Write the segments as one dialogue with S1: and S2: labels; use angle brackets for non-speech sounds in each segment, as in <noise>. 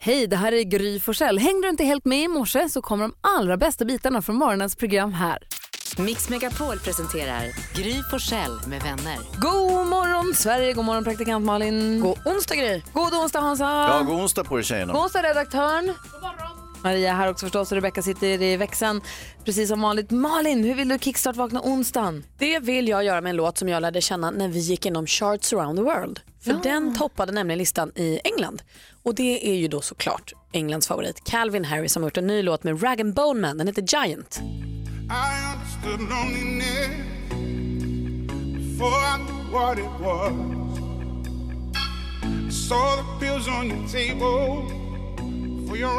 S1: Hej, det här är Gry Forssell. Hängde du inte helt med i morse så kommer de allra bästa bitarna från morgonens program här.
S2: Mix Megapol presenterar Gry Forssell med vänner.
S1: God morgon Sverige, god morgon praktikant Malin. God onsdag Gry. God onsdag Hansa.
S3: Ja, god onsdag på er tjejerna.
S1: God onsdag redaktören. God morgon. Maria här också förstås och Rebecca sitter i växeln precis som vanligt. Malin, hur vill du kickstart-vakna onsdagen?
S4: Det vill jag göra med en låt som jag lärde känna när vi gick igenom charts around the world. För den toppade nämligen listan i England. Och det är ju då såklart Englands favorit Calvin Harris som har gjort en ny låt med Rag Bone Man. Den heter Giant.
S5: I understood loneliness before I knew what it was. I saw the pills on your table for your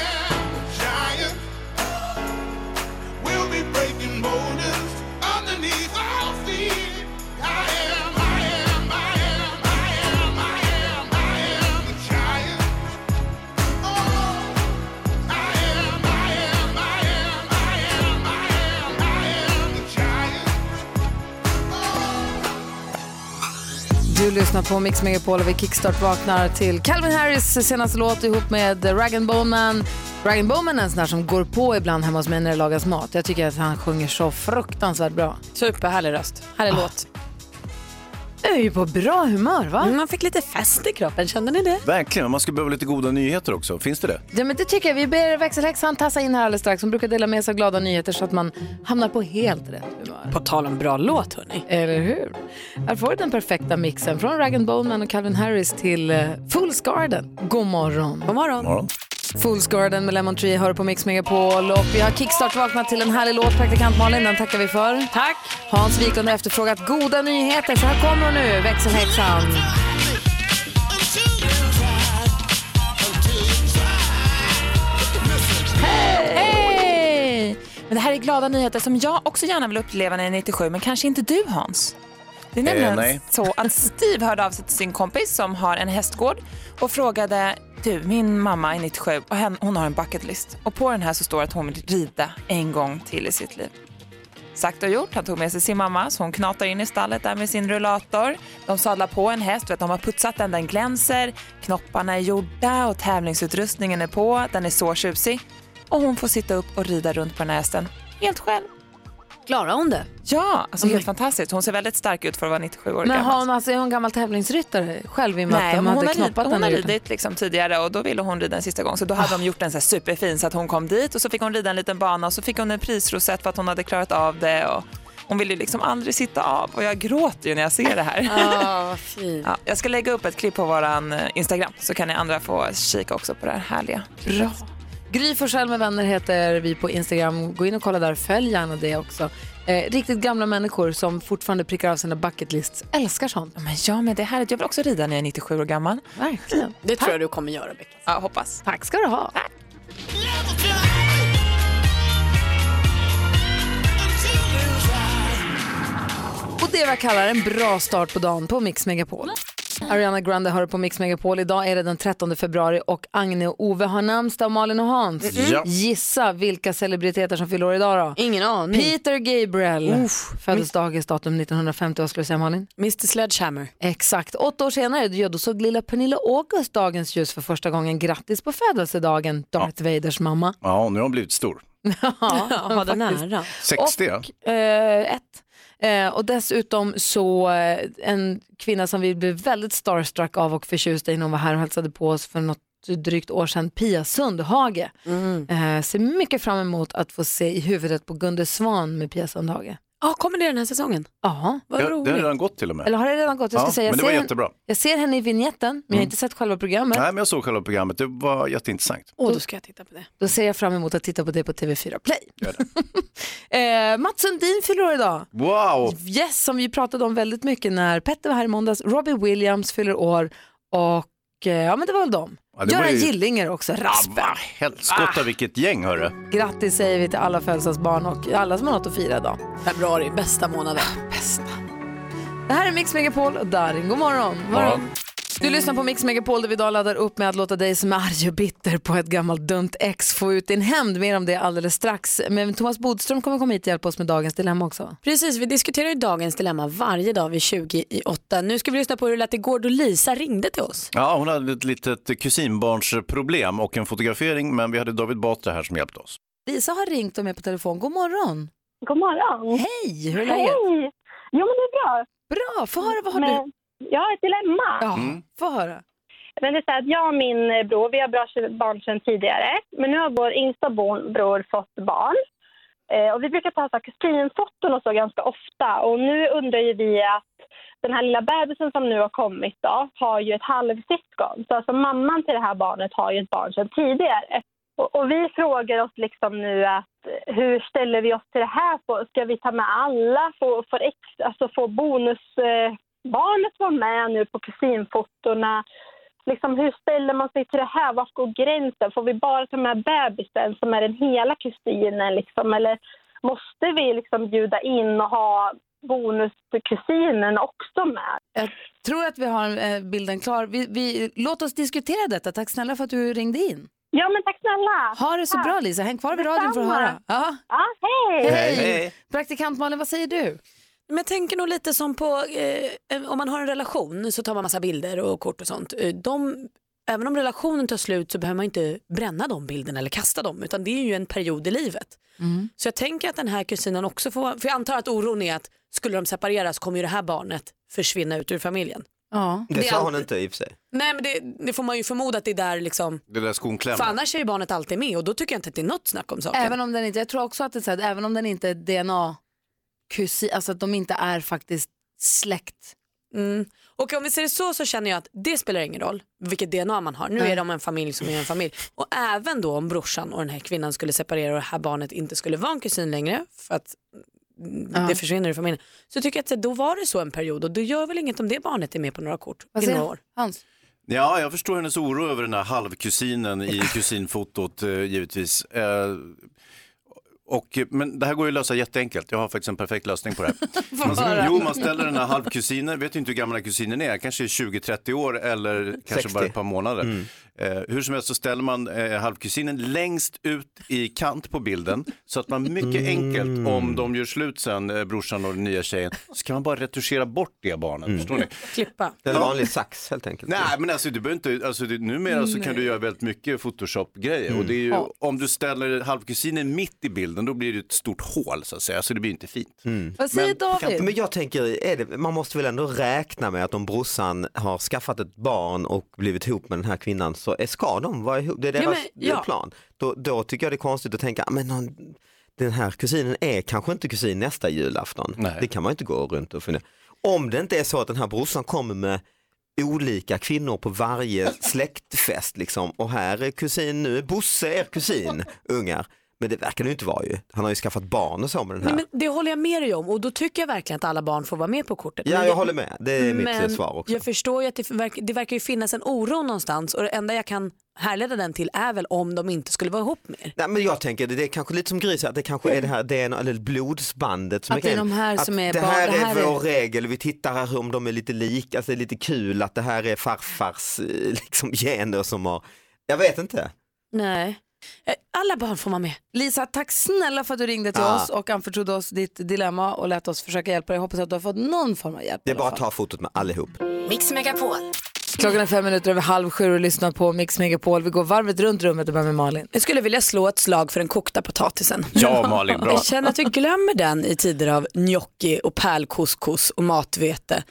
S5: am a giant. We'll be breaking boulders underneath our feet. I am, I am, I am, I am, I am, I am a giant. Oh, I am, I am, I am, I am, I am, I am a giant.
S1: Du lyssnar på Mix Megapol och vi kickstart vaknar till Calvin Harris senaste låt ihop med Rag Bone Man. Rag Bone Man är en sån där som går på ibland hemma hos mig när det lagas mat. Jag tycker att han sjunger så fruktansvärt bra.
S4: Superhärlig röst. Härlig låt. Mm,
S1: Jag Ah. är ju på bra humör va?
S4: Man fick lite fest i kroppen, kände ni det?
S3: Verkligen, man skulle behöva lite goda nyheter också. Finns det det?
S1: Ja, men det tycker jag. Vi ber växelhäxan tassa in här alldeles strax. Hon brukar dela med sig av glada nyheter så att man hamnar på helt rätt humör.
S4: På tal om bra låt hörni.
S1: Eller hur? Här får du den perfekta mixen från Rag Bowman och Calvin Harris till eh, Fools Garden. God morgon.
S4: God morgon.
S3: Morgon.
S1: Fools Garden med Lemon Tree hör på Mix Megapol och vi har kickstart-vaknat till en härlig låt, praktikant Malin. Den tackar vi för. Tack. Hans Wiklund har efterfrågat goda nyheter så här kommer hon nu, växelhäxan.
S6: Hej! Men det här är glada nyheter som jag också gärna vill uppleva när jag är 97, men kanske inte du Hans. Det är nämligen
S3: nej.
S6: så att Steve hörde av sig till sin kompis som har en hästgård och frågade du, min mamma är 97 och hen- hon har en bucketlist. Och på den här så står att hon vill rida en gång till i sitt liv. Sagt och gjort, han tog med sig sin mamma så hon knatar in i stallet där med sin rullator. De sadlar på en häst, vet, de har putsat den, den glänser, knopparna är gjorda och tävlingsutrustningen är på, den är så tjusig. Och hon får sitta upp och rida runt på den här hästen helt själv.
S4: Klarar hon det?
S6: Ja, alltså helt fantastiskt. Hon ser väldigt stark ut för att vara 97 år
S1: Men
S6: gammal.
S1: har hon, alltså, är hon gammal tävlingsryttare själv i och med att
S6: Nej,
S1: de
S6: men
S1: hade
S6: hon, har rid,
S1: knoppat
S6: hon har
S1: henne i ryggen?
S6: ridit liksom tidigare och då ville hon rida en sista gång. Så då
S1: Ah.
S6: hade de gjort den så här superfin så att hon kom dit och så fick hon rida en liten bana och så fick hon en prisrosett för att hon hade klarat av det. Och hon ville ju liksom aldrig sitta av och jag gråter ju när jag ser det här.
S1: Ah.
S4: Ja, Ah, vad fint.
S6: <laughs> Ja, jag ska lägga upp ett klipp på våran eh, Instagram så kan ni andra få kika också på det här härliga. Bra.
S1: Gry Forssell med vänner heter vi på Instagram. Gå in och kolla där, följ gärna det också. Eh, riktigt gamla människor som fortfarande prickar av sina bucket lists älskar sånt.
S6: Men ja, men det här, jag vill också rida när jag är 97 år gammal.
S1: Verkligen.
S4: Det tror jag du kommer göra Becka.
S6: Ja, hoppas.
S1: Tack ska du ha. Och det är vad jag kallar en bra start på dagen på Mix Megapol. Ariana Grande hör på Mix Megapol. Idag är det den 13 februari och Agne och Ove har namnsdag och Malin och Hans.
S3: Ja.
S1: Gissa vilka celebriteter som fyller år idag då?
S4: Ingen aning.
S1: Peter Gabriel. Föddes dagens datum 1950, vad skulle du säga Malin?
S4: Mr Sledgehammer.
S1: Exakt. Åtta år senare ja, då såg lilla Pernilla August dagens ljus för första gången. Grattis på födelsedagen, Darth Vaders mamma.
S3: Ja, nu har hon blivit stor.
S4: <laughs> Ja, var det nära.
S3: 60 ja.
S1: Eh, ett. Eh, och dessutom så eh, en kvinna som vi blev väldigt starstruck av och förtjusta i när hon var här och hälsade på oss för något drygt år sedan, Pia Sundhage.
S4: Mm.
S1: Eh, ser mycket fram emot att få se i huvudet på Gunde Svan med Pia Sundhage.
S4: Ja, kommer det den här säsongen?
S1: Jaha,
S4: Vad
S3: Ja, Det har
S4: roligt.
S3: redan gått till och med.
S1: eller har det redan gått? Jag, ska
S3: Ja,
S1: säga, jag,
S3: men det var
S1: ser, henne,
S3: jättebra. Mm.
S1: jag ser henne i vignetten, men jag har inte sett själva programmet.
S3: Nej, men jag såg själva programmet, det var jätteintressant.
S4: Åh, då ska jag titta på det.
S1: Då ser jag fram emot att titta på det på TV4 Play. <laughs> eh, Mats Sundin fyller år idag.
S3: Wow!
S1: Yes, som vi pratade om väldigt mycket när Petter var här i måndags. Robbie Williams fyller år och och eh, ja men det var väl dem.
S3: Ja, det var
S1: Göran
S3: ju-
S1: Gillinger också, raspen.
S3: Ah, helskotta vilket gäng hörru.
S1: Grattis säger vi till alla födelsedagsbarn och alla som har något att fira idag.
S4: Februari, bästa månaden.
S1: Det här är Mix Megapol och Darin, god morgon.
S3: morgon.
S1: Du lyssnar på Mix Megapol där vi idag laddar upp med att låta dig som är arg och bitter på ett gammalt dumt ex få ut din hämnd. Mer om det alldeles strax. Men Thomas Bodström kommer komma hit och hjälpa oss med dagens dilemma också.
S4: Precis, vi diskuterar ju dagens dilemma varje dag vid 20 i 8. Nu ska vi lyssna på hur det lät igår då Lisa ringde till oss.
S3: Ja, hon hade ett litet kusinbarnsproblem och en fotografering, men vi hade David Batra här som hjälpte oss.
S1: Lisa har ringt och är med på telefon. God morgon.
S7: God morgon.
S1: Hej, hur är läget?
S7: Hej! Jo, men det är bra.
S1: Bra, få höra vad har du?
S7: Men jag har ett dilemma.
S1: Ja,
S3: Mm.
S1: få höra.
S7: Men det är så här att jag och min eh, bror, vi har bra barn sedan tidigare. Men nu har vår yngsta bo- bror fått barn. Eh, och vi brukar ta så här kusinfoton och så ganska ofta. Och nu undrar ju vi att den här lilla bebisen som nu har kommit då, har ju ett halvsyskon. Så alltså mamman till det här barnet har ju ett barn sedan tidigare. Och, och vi frågar oss liksom nu att eh, hur ställer vi oss till det här? Får- Ska vi ta med alla? Får, får, ex, alltså får bonusbarnet vara med nu på kusinfotorna? liksom, hur ställer man sig till det här? Var går gränsen? Får vi bara ta med bebisen som är den hela kusinen? Liksom? Eller måste vi liksom bjuda in och ha bonuskusinen också med?
S1: Tror att vi har eh, bilden klar. Vi, vi, låt oss diskutera detta. Tack snälla för att du ringde in.
S7: Ja, men tack snälla!
S1: Ha det så bra Lisa. Häng kvar vid radion för att höra. Ja.
S7: Ja, hej!
S1: Hej. Praktikant Malin, vad säger du?
S4: Men jag tänker nog lite som på, eh, om man har en relation så tar man massa bilder och kort och sånt. Eh, De, även om relationen tar slut så behöver man inte bränna de bilderna eller kasta dem utan det är ju en period i livet.
S1: Mm.
S4: Så jag tänker att den här kusinen också får, för jag antar att oron är att skulle de separera så kommer ju det här barnet försvinna ut ur familjen.
S1: Ja.
S8: Det
S4: är
S8: sa hon inte i och för sig.
S4: Nej men det, det får man ju förmoda att det är där liksom,
S3: Det där skon
S4: för
S3: klämmer.
S4: annars är ju barnet alltid med och då tycker jag inte att det är något snack om saken.
S1: Även om den inte, jag tror också att det är så här, även om den inte är DNA kusin, alltså att de inte är faktiskt släkt.
S4: Mm. Och om vi ser det så så känner jag att det spelar ingen roll vilket DNA man har. Nu är de en familj som är en familj. Och även då om brorsan och den här kvinnan skulle separera och det här barnet inte skulle vara en kusin längre för att mm, det försvinner ur familjen. Så tycker jag att så, då var det så en period och då gör väl inget om det barnet är med på några kort
S1: Vad
S4: i
S1: säger
S4: några år.
S1: Hans?
S3: Ja, jag förstår hennes oro över den här halvkusinen i kusinfotot eh, givetvis. Eh, och, men det här går ju att lösa jätteenkelt. Jag har faktiskt en perfekt lösning på det här. <laughs> man, jo, man ställer den
S4: <laughs>
S3: här halvkusinen, vet ju inte hur gammal den här kusinen är, kanske 20-30 år eller kanske
S8: 60.
S3: bara ett par månader. Eh, hur som helst så ställer man eh, halvkusinen längst ut i kant på bilden så att man mycket enkelt, om de gör slut sen, eh, brorsan och den nya tjejen, så kan man bara retuschera bort det barnet. Förstår ni?
S4: Klippa.
S8: Mm. Det är en vanlig sax helt enkelt.
S3: Nej men alltså du behöver inte, alltså det, numera så kan du göra väldigt mycket photoshop-grejer och det är ju,
S1: Mm.
S3: om du ställer halvkusinen mitt i bilden då blir det ett stort hål så att säga, så det blir inte fint.
S1: Mm. Vad säger David?
S8: Men jag tänker, är det, man måste väl ändå räkna med att om brorsan har skaffat ett barn och blivit ihop med den här kvinnan så är- ska de vara ihop, det är
S4: Ja,
S8: deras
S4: men, ja.
S8: plan. Då, då tycker jag det är konstigt att tänka, "Ah, men någon, den här kusinen är kanske inte kusin nästa julafton.
S3: Nej.
S8: Det kan man ju inte gå runt och fundera. Om det inte är så att den här brorsan kommer med olika kvinnor
S4: <laughs>
S8: på varje släktfest liksom och här är kusin nu, är Bosse är kusin, ungar. Men det verkar det ju inte vara ju. Han har ju skaffat barn och så med den här.
S4: Nej, men det håller jag med dig om och då tycker jag verkligen att alla barn får vara med på kortet.
S8: Ja,
S4: Men
S8: jag håller med. Det är mitt eh,
S4: Men
S8: svar också.
S4: jag förstår ju att det, verk, det verkar ju finnas en oro någonstans och det enda jag kan härleda den till är väl om de inte skulle vara ihop mer.
S8: Nej, men jag tänker, det är kanske lite som Gris, att det kanske är det här DNA, eller blodsbandet som
S1: Att
S8: är
S1: det är
S8: grejen.
S1: de här
S8: Att
S1: som är
S8: det
S1: barn,
S8: här
S1: det här
S8: är
S1: är-
S8: vår regel, vi tittar här om de är lite lika, alltså det är lite kul att det här är farfars eh, <laughs> liksom, gener som har, jag vet inte.
S4: Nej. Eh, Alla barn får vara med.
S1: Lisa, tack snälla för att du ringde till
S8: Ah.
S1: oss och anförtrodde oss ditt dilemma och lät oss försöka hjälpa dig. Jag hoppas att du har fått någon form av hjälp.
S8: Det är
S1: i
S8: bara
S1: alla
S8: att
S1: fall.
S8: ta fotot med allihop.
S2: Mix Megapol.
S1: Klockan är fem minuter över halv sju och lyssnar på Mix Megapol. Vi går varvet runt rummet och börjar med Malin.
S4: Jag skulle vilja slå ett slag för den kokta potatisen.
S3: Ja Malin, bra.
S4: Jag känner att vi glömmer den i tider av gnocchi och pärlcouscous och matvete.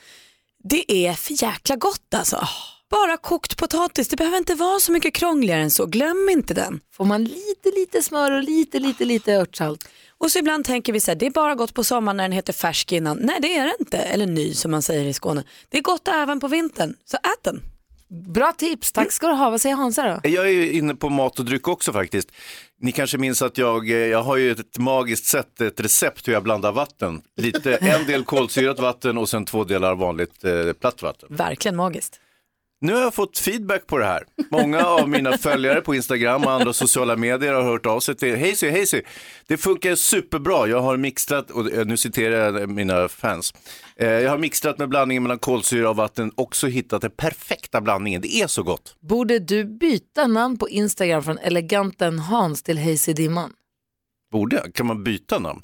S4: Det är för jäkla gott alltså. Bara kokt potatis, det behöver inte vara så mycket krångligare än så. Glöm inte den.
S1: Får man lite, lite smör och lite, lite, lite örtsalt.
S4: Och så ibland tänker vi så här, det är bara gott på sommaren när den heter färsk innan. Nej det är det inte, eller ny som man säger i Skåne. Det är gott även på vintern, så ät den.
S1: Bra tips, tack ska du ha. Vad säger Hansa då?
S3: Jag är ju inne på mat och dryck också faktiskt. Ni kanske minns att jag, eh, jag har ju ett magiskt sätt, ett recept hur jag blandar vatten. Lite, en del kolsyrat vatten och sen två delar vanligt eh, platt vatten.
S4: Verkligen magiskt.
S3: Nu har jag fått feedback på det här. Många av mina följare på Instagram och andra sociala medier har hört av sig till Hazy, Hazy, det funkar superbra. Jag har mixtrat, och eh, nu citerar jag mina fans, Eh, jag har mixtrat med blandningen mellan kolsyra och vatten också hittat den perfekta blandningen. Det är så gott.
S1: Borde du byta namn på Instagram från eleganten Hans till Hayes i dimman?
S3: Borde jag? Kan man byta namn?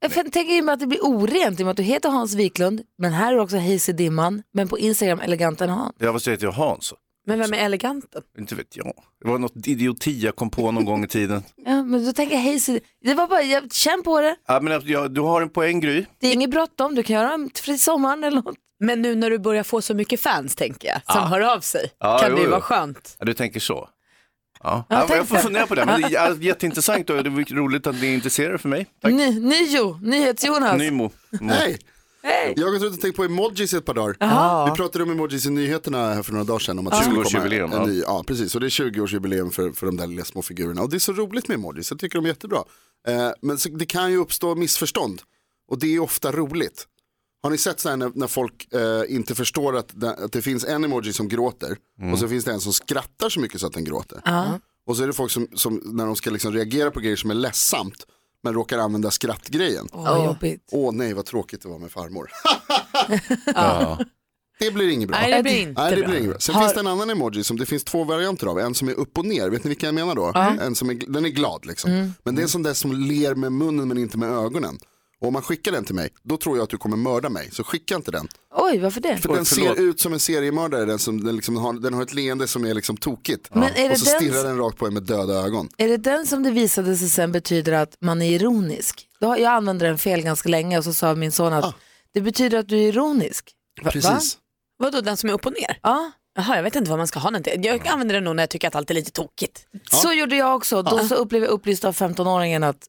S1: Jag fan- tänker ju med att det blir orent i och med att du heter Hans Wiklund, men här är också Hayes i dimman, men på Instagram eleganten Hans.
S3: Jag var heter jag Hans.
S4: Men vem är eleganten?
S3: Inte vet jag. Det var något idioti jag kom på någon gång i tiden.
S1: Ja, men då tänker jag Hayes i... Det var bara, jag, känn på det.
S3: Ja, men jag, du har en poäng Gry.
S1: Det är inget bråttom, du kan göra en fri sommaren eller något.
S4: Men nu när du börjar få så mycket fans tänker jag, som hör av sig,
S3: Ja,
S4: kan
S3: jo,
S4: det ju
S3: jo.
S4: vara skönt.
S3: Ja, du tänker så. Ja. Ja, jag får fundera på det,
S4: <laughs>
S3: men det är jätteintressant och det är roligt att ni är intresserade för mig. Tack.
S1: Ny, nyo, NyhetsJonas.
S3: Nymo. Mo.
S9: Hej! Jag har gått runt och tänkt på emojis i ett par dagar. Vi pratade om emojis i nyheterna här för några dagar sedan. Om att det skulle komma
S3: 20-årsjubileum,
S9: en
S3: ja.
S9: ny- Ja, precis. Och det är 20-årsjubileum för, för de där lilla små figurerna. Och det är så roligt med emojis, jag tycker de är jättebra. Eh, men så, det kan ju uppstå missförstånd. Och det är ofta roligt. Har ni sett så här när, när folk eh, inte förstår att, det- att det finns en emoji som gråter
S3: Mm.
S9: och så finns det en som skrattar så mycket så att den gråter.
S3: <laughs>
S9: Och så är det folk som, som när de ska liksom reagera på grejer som är ledsamt men råkar använda skrattgrejen.
S1: Åh, vad jobbigt.
S9: Åh nej vad tråkigt det var med farmor. <laughs> Det blir inget bra.
S4: Nej, det blir inte
S9: Nej, det
S4: bra.
S9: blir inget bra. Sen finns det en annan emoji som det finns två varianter av. En som är upp och ner, vet ni vilka jag menar då? En som är, den är glad liksom.
S1: Mm.
S9: Men det är en sån där som ler med munnen men inte med ögonen. Och om man skickar den till mig, då tror jag att du kommer mörda mig. Så skicka inte den.
S1: Oj, varför det?
S9: För
S3: Oj,
S9: den
S3: förlåt.
S9: ser ut som en seriemördare, den, som, den, liksom har, den har ett leende som är liksom tokigt.
S1: Men är det
S9: och så
S1: den-
S9: stirrar den rakt på en med döda ögon.
S1: Är det den som det visade sig sen betyder att man är ironisk? Då har- Jag använde den fel ganska länge och så sa min son att det betyder att du är ironisk. Va- Va?
S9: Precis.
S4: Vadå, den som är upp och ner?
S1: Ja,
S4: Jaha, jag vet inte vad man ska ha den till. Jag använder den nog när jag tycker att allt är lite tokigt.
S1: så gjorde jag också. Då så blev jag upplyst av 15-åringen att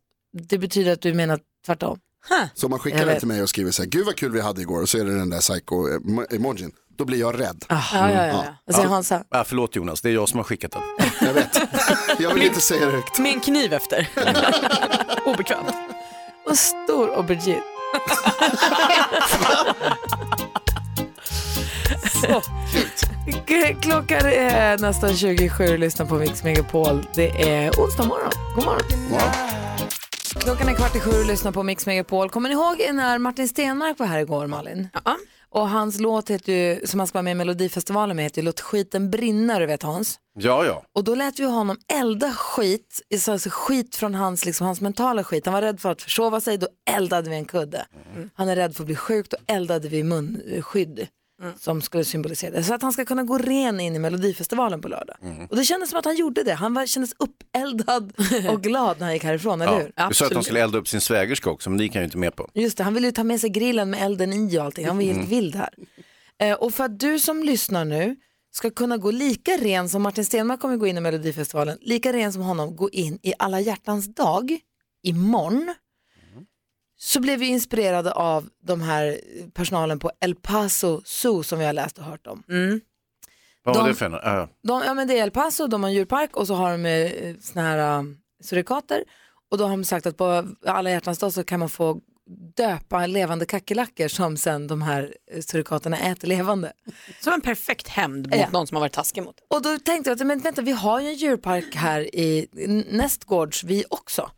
S1: det betyder att du menar tvärtom. Ah,
S9: Så om man skickar
S1: Jag
S9: den
S1: vet.
S9: till mig och skriver så här, gud vad kul vi hade igår, och så är det den där psycho-emojin. Då blir jag rädd. Mm.
S4: Ja, ja, ja.
S1: Alltså, Hansa,
S3: Ja, förlåt Jonas, det är jag som har skickat den.
S9: Jag vet. Jag vill
S4: <laughs>
S9: inte säga det högt.
S4: Med en
S9: <laughs>
S4: kniv efter. Obekvämt.
S1: och stor aubergine. Så kul. Klockan är nästan 27 och lyssnar på Mix Megapol. Det är onsdag morgon. God morgon. Klockan är kvart i sju och lyssnar på Mix Megapol. Kommer ni ihåg när Martin Stenmark var här igår, Malin? Ja. Och hans låt heter ju, som han ska vara med i Melodifestivalen med heter ju Låt skiten brinna, du vet Hans.
S3: Ja, ja.
S1: Och då lät vi honom elda skit, alltså skit från hans, liksom, hans mentala skit. Han var rädd för att försova sig, då eldade vi en kudde. Han är rädd för att bli sjuk, då eldade vi munskydd.
S3: Mm.
S1: Som skulle symbolisera det. Så att han ska kunna gå ren in i Melodifestivalen på lördag.
S3: Mm.
S1: Och det kändes som att han gjorde det. Han var, kändes
S3: <laughs>
S1: uppeldad och glad när han gick härifrån, eller
S3: ja.
S1: hur?
S3: Du sa att de skulle elda upp sin svägerska också, men det gick jag ju inte med på.
S1: Just det, han ville ju ta med sig grillen med elden i och allting. Han var helt vild här. Eh, och för att du som lyssnar nu ska kunna gå lika ren som Martin Stenmarck kommer gå in i Melodifestivalen, lika ren som honom, gå in i Alla hjärtans dag imorgon. Så blev vi inspirerade av de här personalen på El Paso Zoo som vi har läst och hört om.
S3: Vad var
S1: De-
S3: det för en? Ja.
S1: De, ja, men det är El Paso, de har en djurpark och så har de eh, såna här eh, surikater. Och då har de sagt att på alla hjärtans dag så kan man få döpa levande kackerlackor som sen de här eh, surikaterna äter levande.
S4: Som en perfekt hämnd mot
S1: Ja.
S4: någon som har varit taskig mot
S1: Och då tänkte jag att men vänta, vi har ju en djurpark här i nästgårds vi också.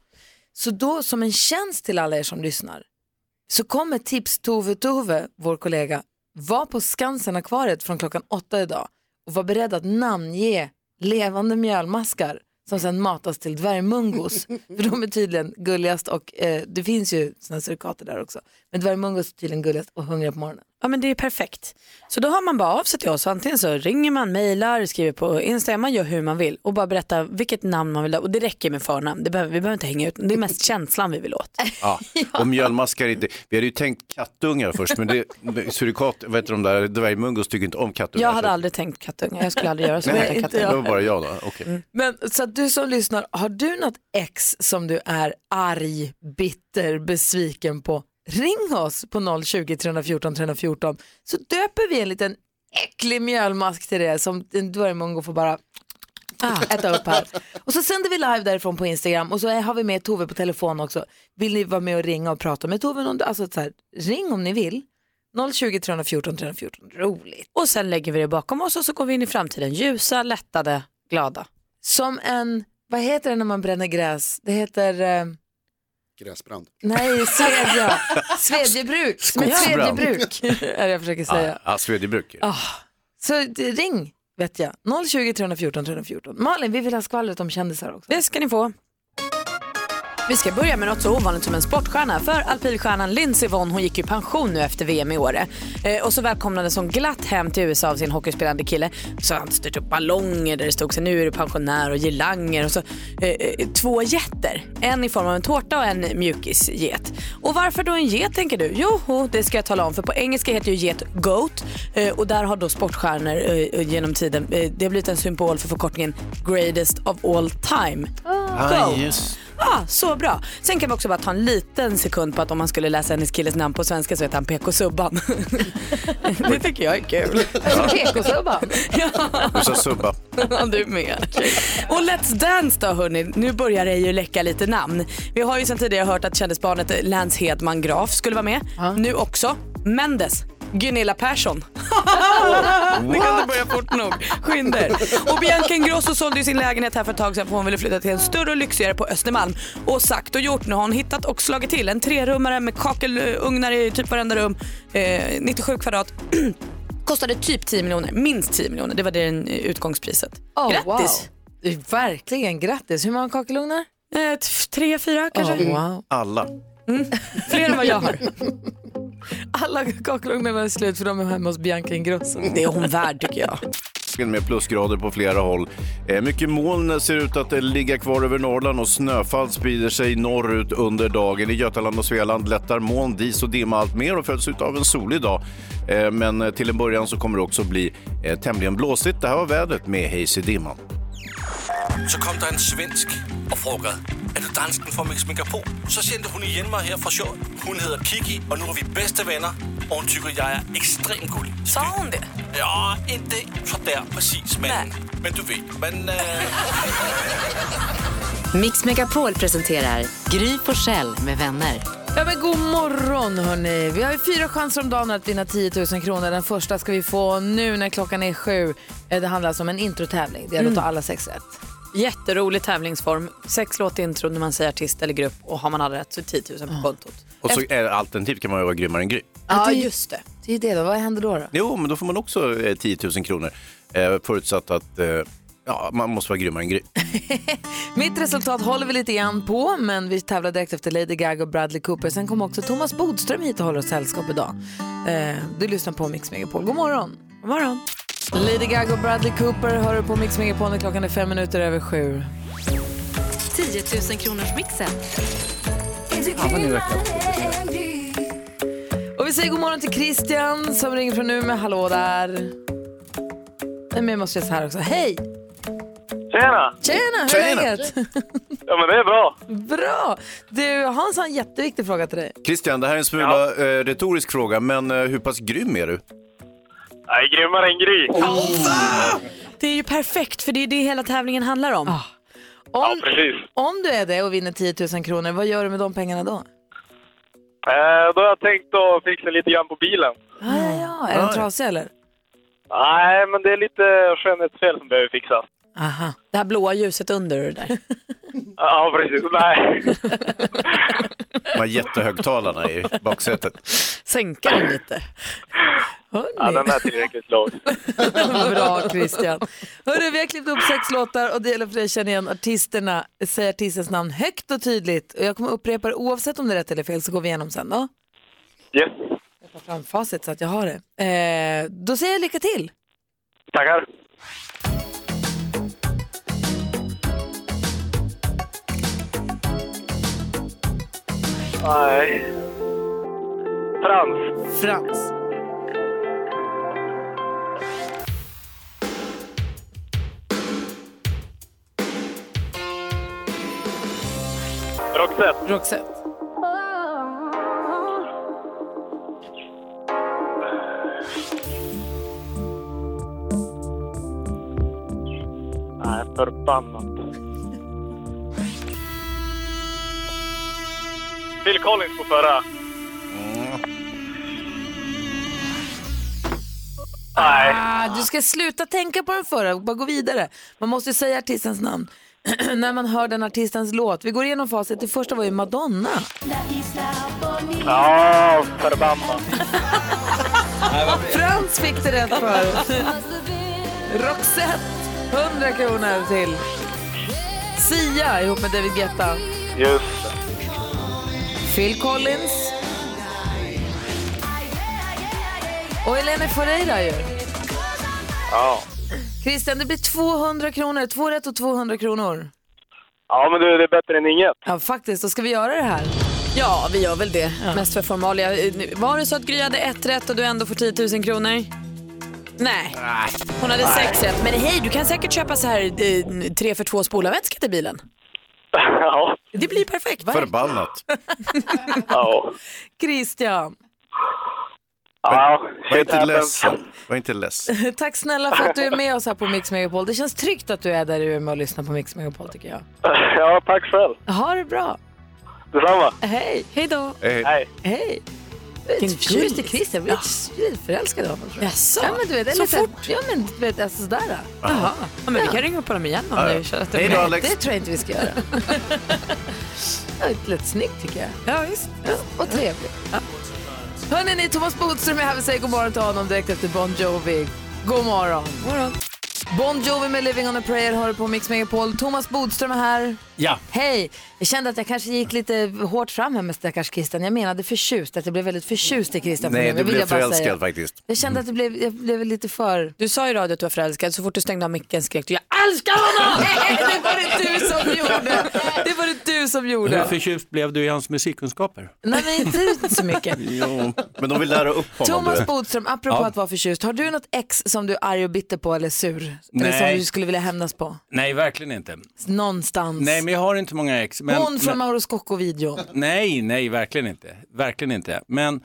S1: Så då som en tjänst till alla er som lyssnar så kommer tips Tove Tove, vår kollega, var på Skansen-akvariet från klockan åtta idag och var beredd att namnge levande mjölmaskar som sen matas till dvärgmungos. För de är tydligen gulligast och eh, det finns ju sådana surikater där också. Men dvärgmungos är tydligen gulligast och hungriga på morgonen.
S4: Ja men det är perfekt. Så då hör man bara av sig till oss. Antingen så ringer man, mejlar, skriver på Instagram, man gör hur man vill och bara berättar vilket namn man vill ha. Och det räcker med förnamn, det behöver, vi behöver inte hänga ut. Det är mest känslan vi vill åt. <laughs>
S3: Ja. Och mjölmaskar inte. Vi hade ju tänkt kattungar först, men det, det- surikat, vad heter de där, dvärgmungos tycker inte om kattungar.
S4: Jag hade
S3: Så-
S4: aldrig tänkt kattungar, jag skulle aldrig göra så. Mm,
S1: Nej,
S4: med en
S1: inte
S4: kattunge.
S1: jag.
S3: Det var bara jag då, okej.
S1: Men så att du som lyssnar, har du något ex som du är arg, bitter, besviken på? Ring oss på 020 314 314 så döper vi en liten äcklig mjölmask till det som en dvärgmongo får bara äta upp här. Och så sänder vi live därifrån på Instagram och så har vi med Tove på telefon också. Vill ni vara med och ringa och prata med Tove? Om du, alltså så här, ring om ni vill. 020 314 314. Roligt.
S4: Och sen lägger vi det bakom oss och så går vi in i framtiden ljusa, lättade, glada.
S1: Som en, vad heter det när man bränner gräs? Det heter, eh,
S9: Gräsbrand.
S1: nej, svedja. Svedjebruk. Som ett
S3: Skogsbrand.
S1: svedjebruk är det jag försöker säga.
S3: Ah, ah, Svedjebruk.
S1: Så d- ring, vet jag. 020 314 314. Malin, vi vill ha skvallret om kändisar också. Oh,
S4: Det ska ni få. Vi ska börja med något så ovanligt som en sportstjärna. För alpilstjärnan Lindsey Vonn hon gick i pension nu efter VM i år. Eh, och så välkomnades hon glatt hem till USA av sin hockeyspelande kille. Så har han styrt upp ballonger där det stod så nu är du pensionär och girlanger. Och så, eh, eh, två getter. En i form av en tårta och en mjukisget. Och varför då en get tänker du? Joho, det ska jag tala om. För på engelska heter ju get goat. Eh, och där har då sportstjärnor eh, genom tiden, eh, det har blivit en symbol för förkortningen greatest of all time.
S3: Ah, just.
S4: Ja, så bra. Sen kan vi också bara ta en liten sekund på att om man skulle läsa hennes killes namn på svenska så heter han PK-subban. det tycker jag är kul.
S1: PK-subban.
S4: <laughs>
S3: Du sa subba.
S4: Ja, du med. Och Let's Dance då hörni, nu börjar det ju läcka lite namn. Vi har ju sedan tidigare hört att kändisbarnet Lance Hedman Graf skulle vara med. Nu också Mendes. Gunilla Persson. Det kan inte börja fort
S3: <laughs>
S4: nog. Skynda er. Och Bianca Ingrosso sålde ju sin lägenhet här för ett tag sedan för hon ville flytta till en större och lyxigare på Östermalm. Och sagt och gjort, nu har hon hittat och slagit till en trerummare med kakelugnar i typ varenda rum. Eh, 97 kvadrat. <clears throat> Kostade typ 10 miljoner, minst 10 miljoner. Det var det den, eh, utgångspriset.
S1: Oh,
S4: Grattis!
S1: Wow. Verkligen grattis. Hur många kakelugnar?
S4: Eh, t- tre, fyra kanske.
S1: Oh, wow.
S3: Alla.
S4: Fler än vad jag har.
S1: <laughs> Alla kakelugnarna är slut för de är hemma hos Bianca Ingrosso.
S4: Det är hon värd tycker jag.
S3: med plusgrader på flera håll. Eh, Mycket moln ser ut att eh, ligga kvar över Norrland och snöfall sprider sig norrut under dagen. I Götaland och Svealand lättar moln, dis och dimma allt mer och följs ut av en solig dag. Eh, Men eh, till en början så kommer det också bli eh, tämligen blåsigt. Det här var vädret med Hayes i dimman.
S10: Så kom der en svensk og frugade. Er du dansken fra Mix Megapol? Så sendte hun igen mig her fra sjov. Hun hedder Kiki, og nu er vi bedste venner. Og hun tykker, jeg er ekstremt gullig.
S4: Sa hon det?
S10: Ja, ikke så der præcis, men... Men du ved, men... Øh...
S2: Mix Megapol presenterar Gry Forssell med vänner.
S1: Ja, men god morgon hörni. Vi har ju fyra chanser om dagen att vinna 10 000 kronor. Den första ska vi få nu när klockan är sju. Eh, Det handlar alltså om en introtävling. Det gäller att
S4: Mm.
S1: ta alla sex rätt.
S4: Jätterolig tävlingsform. Sex låt i intro när man säger artist eller grupp och har man aldrig rätt så 10 000 på kontot.
S3: Och så eh, alternativt kan man ju vara grymmare än Gry.
S4: Ja, just det.
S1: Det är ju det då. Vad händer då? då?
S3: Jo, men då får man också eh, 10 000 kronor. Eh, Förutsatt att eh, ja, man måste vara grymmare än Gry.
S1: Mitt resultat håller vi lite grann på, men vi tävlar direkt efter Lady Gaga och Bradley Cooper. Sen kommer också Thomas Bodström hit och håller oss sällskap idag. Eh, du lyssnar på Mix Megapol. God morgon!
S4: God morgon.
S1: Lady Gaga och Bradley Cooper hör du på Mix Megapol när klockan är fem minuter över sju.
S2: 10 000 kronors mixen.
S1: Och vi säger god morgon till Christian som ringer från Umeå. Hallå där! Nej, men jag måste säga så här också. Hej!
S11: Tjena!
S1: Tjena, hur är
S3: Tjena.
S1: läget?
S11: Ja men det är bra.
S1: Bra! Du, jag har en sån jätteviktig fråga till dig.
S3: Christian, det här är en smula eh, retorisk fråga, men eh, hur pass grym är du?
S11: Jag är grymmare än Gry.
S4: Det är ju perfekt för det är det hela tävlingen handlar om.
S1: Ah.
S11: Ja
S1: Om,
S11: precis.
S1: om du är det och vinner 10 000 kronor, vad gör du med de pengarna då?
S11: Eh, då har jag tänkt att fixa lite grann på bilen.
S1: Ja, ja, ja. Är den trasig eller?
S11: Nej men det är lite skönhetsfel som behöver fixas.
S1: Aha.
S4: Det här blåa ljuset under det där.
S11: Ja precis.
S1: <laughs>
S11: Nej.
S3: De här jättehögtalarna i baksätet.
S4: <laughs> Sänka den lite.
S11: Ja,
S1: Hörni,
S11: den är tillräckligt låg.
S1: bra Christian. Hörru, vi har klippt upp sex låtar och det gäller för dig att känna igen artisterna. Säg artistens namn högt och tydligt. Och jag kommer upprepa det oavsett om det är rätt eller fel så går vi igenom sen då.
S11: Yes.
S1: Jag tar fram facit så att jag har det. Eh, då säger jag lycka till.
S11: Tackar. Nej. Frans.
S1: Frans.
S11: Roxette.
S1: Roxette.
S11: Nej, förbannat. Phil Collins på förra. Nej.
S1: Ah, du ska sluta tänka på den förra och bara gå vidare. Man måste ju säga artistens namn <clears throat> när man hör den artistens låt. Vi går igenom facit. Det första var ju Madonna.
S11: Ja, förbannat.
S1: Frans fick det rätt för. Roxette, 100 kronor till. Sia ihop med David Guetta.
S11: Just det.
S1: Phil Collins. Och Elena Ferreira ju.
S11: Ja.
S1: Christian, det blir 200 kronor. Två rätt och 200 kronor.
S11: ja, men du, det är bättre än inget.
S1: Ja, faktiskt. Då ska vi göra det här.
S4: Ja, vi gör väl det. Mest för formalia. Var det så att Gry hade ett rätt och du ändå får 10 000 kronor? Nej, hon hade sex rätt. Men hej, du kan säkert köpa så här eh, tre för två spolarvätska till bilen.
S11: Ja.
S4: Det blir perfekt.
S3: Förbannat.
S11: Ja.
S1: Christian, <laughs>
S11: ja.
S3: Var
S11: shit
S3: inte
S11: happens.
S3: ledsen. Var inte ledsen.
S1: tack snälla för att du är med oss här på Mix Megapol. Det känns tryggt att du är där i Umeå och lyssnar på Mix Megapol tycker jag.
S11: Ja, tack själv.
S1: Ha det bra.
S11: Detsamma.
S1: Hej. Hej då.
S3: Hej.
S11: Hej.
S1: Hej. Jag är
S4: Vilken
S1: förtjust i
S4: gris.
S1: Christian. Jag blir förälskad i honom. tror jag.
S4: Jaså?
S1: Ja, men du vet, det är
S4: så
S1: lite,
S4: fort?
S1: Ja, men du vet, alltså sådär.
S4: Jaha. Ja, men vi kan ringa upp honom igen om du känner att det
S3: Hej då, Alex.
S1: Det tror jag inte vi ska göra. det är lite snyggt tycker jag.
S4: Ja, visst.
S1: Och trevligt. Ja. Hörrni, ni, Thomas Bodström är här. Vi säger god morgon till honom direkt efter Bon Jovi. God morgon.
S4: morgon.
S1: Bon Jovi med Living on a prayer hör på Mix Megapol. Thomas Bodström är här.
S10: Ja.
S1: Hej! Jag kände att jag kanske gick lite hårt fram här med stackars Christian. Jag menade förtjust, att jag blev väldigt förtjust i Christian.
S3: Nej,
S1: Fahlin. Det
S3: du
S1: vill
S3: blev
S1: jag bara
S3: förälskad
S1: säga.
S3: faktiskt.
S1: Jag kände att det blev, jag blev lite för...
S4: Du sa i radio att du var förälskad. Så fort du stängde av micken skrek du jag
S1: Älskar honom! det var det du som gjorde. Det var det du som
S10: Hur
S1: gjorde.
S10: förtjust blev du i hans musikkunskaper?
S1: Nej, men inte så mycket.
S3: Jo. Men de vill lära upp honom. du
S1: Thomas
S3: vet.
S1: Bodström, apropå att vara förtjust, har du något ex som du är arg och bitter på eller sur? Eller som
S10: Nej.
S1: du skulle vilja hämnas på?
S10: Nej, verkligen inte.
S1: Någonstans.
S10: Nej, men jag har inte många ex. Men,
S1: Hon från Mauro Scocco-videon.
S10: Nej, nej, verkligen inte. Verkligen inte. Men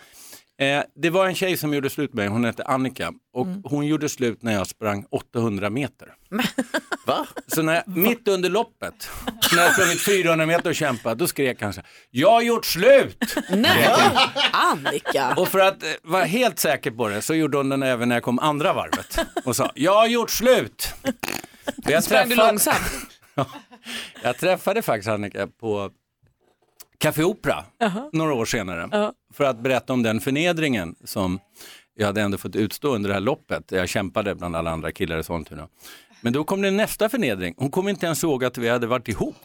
S10: eh, det var en tjej som gjorde slut med mig, hon hette Annika. Och hon gjorde slut när jag sprang 800 meter. <laughs> Va? Så när jag, mitt under loppet, när jag sprungit 400 meter och kämpat, då skrek han så här, jag har gjort slut!
S4: Annika.
S10: Och för att eh, vara helt säker på det så gjorde hon den även när jag kom andra varvet. Och sa, jag har gjort slut! För Jag
S4: Sprang du
S10: träffade-
S4: långsamt?
S10: Jag träffade faktiskt Annika på Café Opera några år senare för att berätta om den förnedringen som jag hade ändå fått utstå under det här loppet. Jag kämpade bland alla andra killar i Sollentuna. Men då kom det nästa förnedring. Hon kom inte ens ihåg att vi hade varit ihop.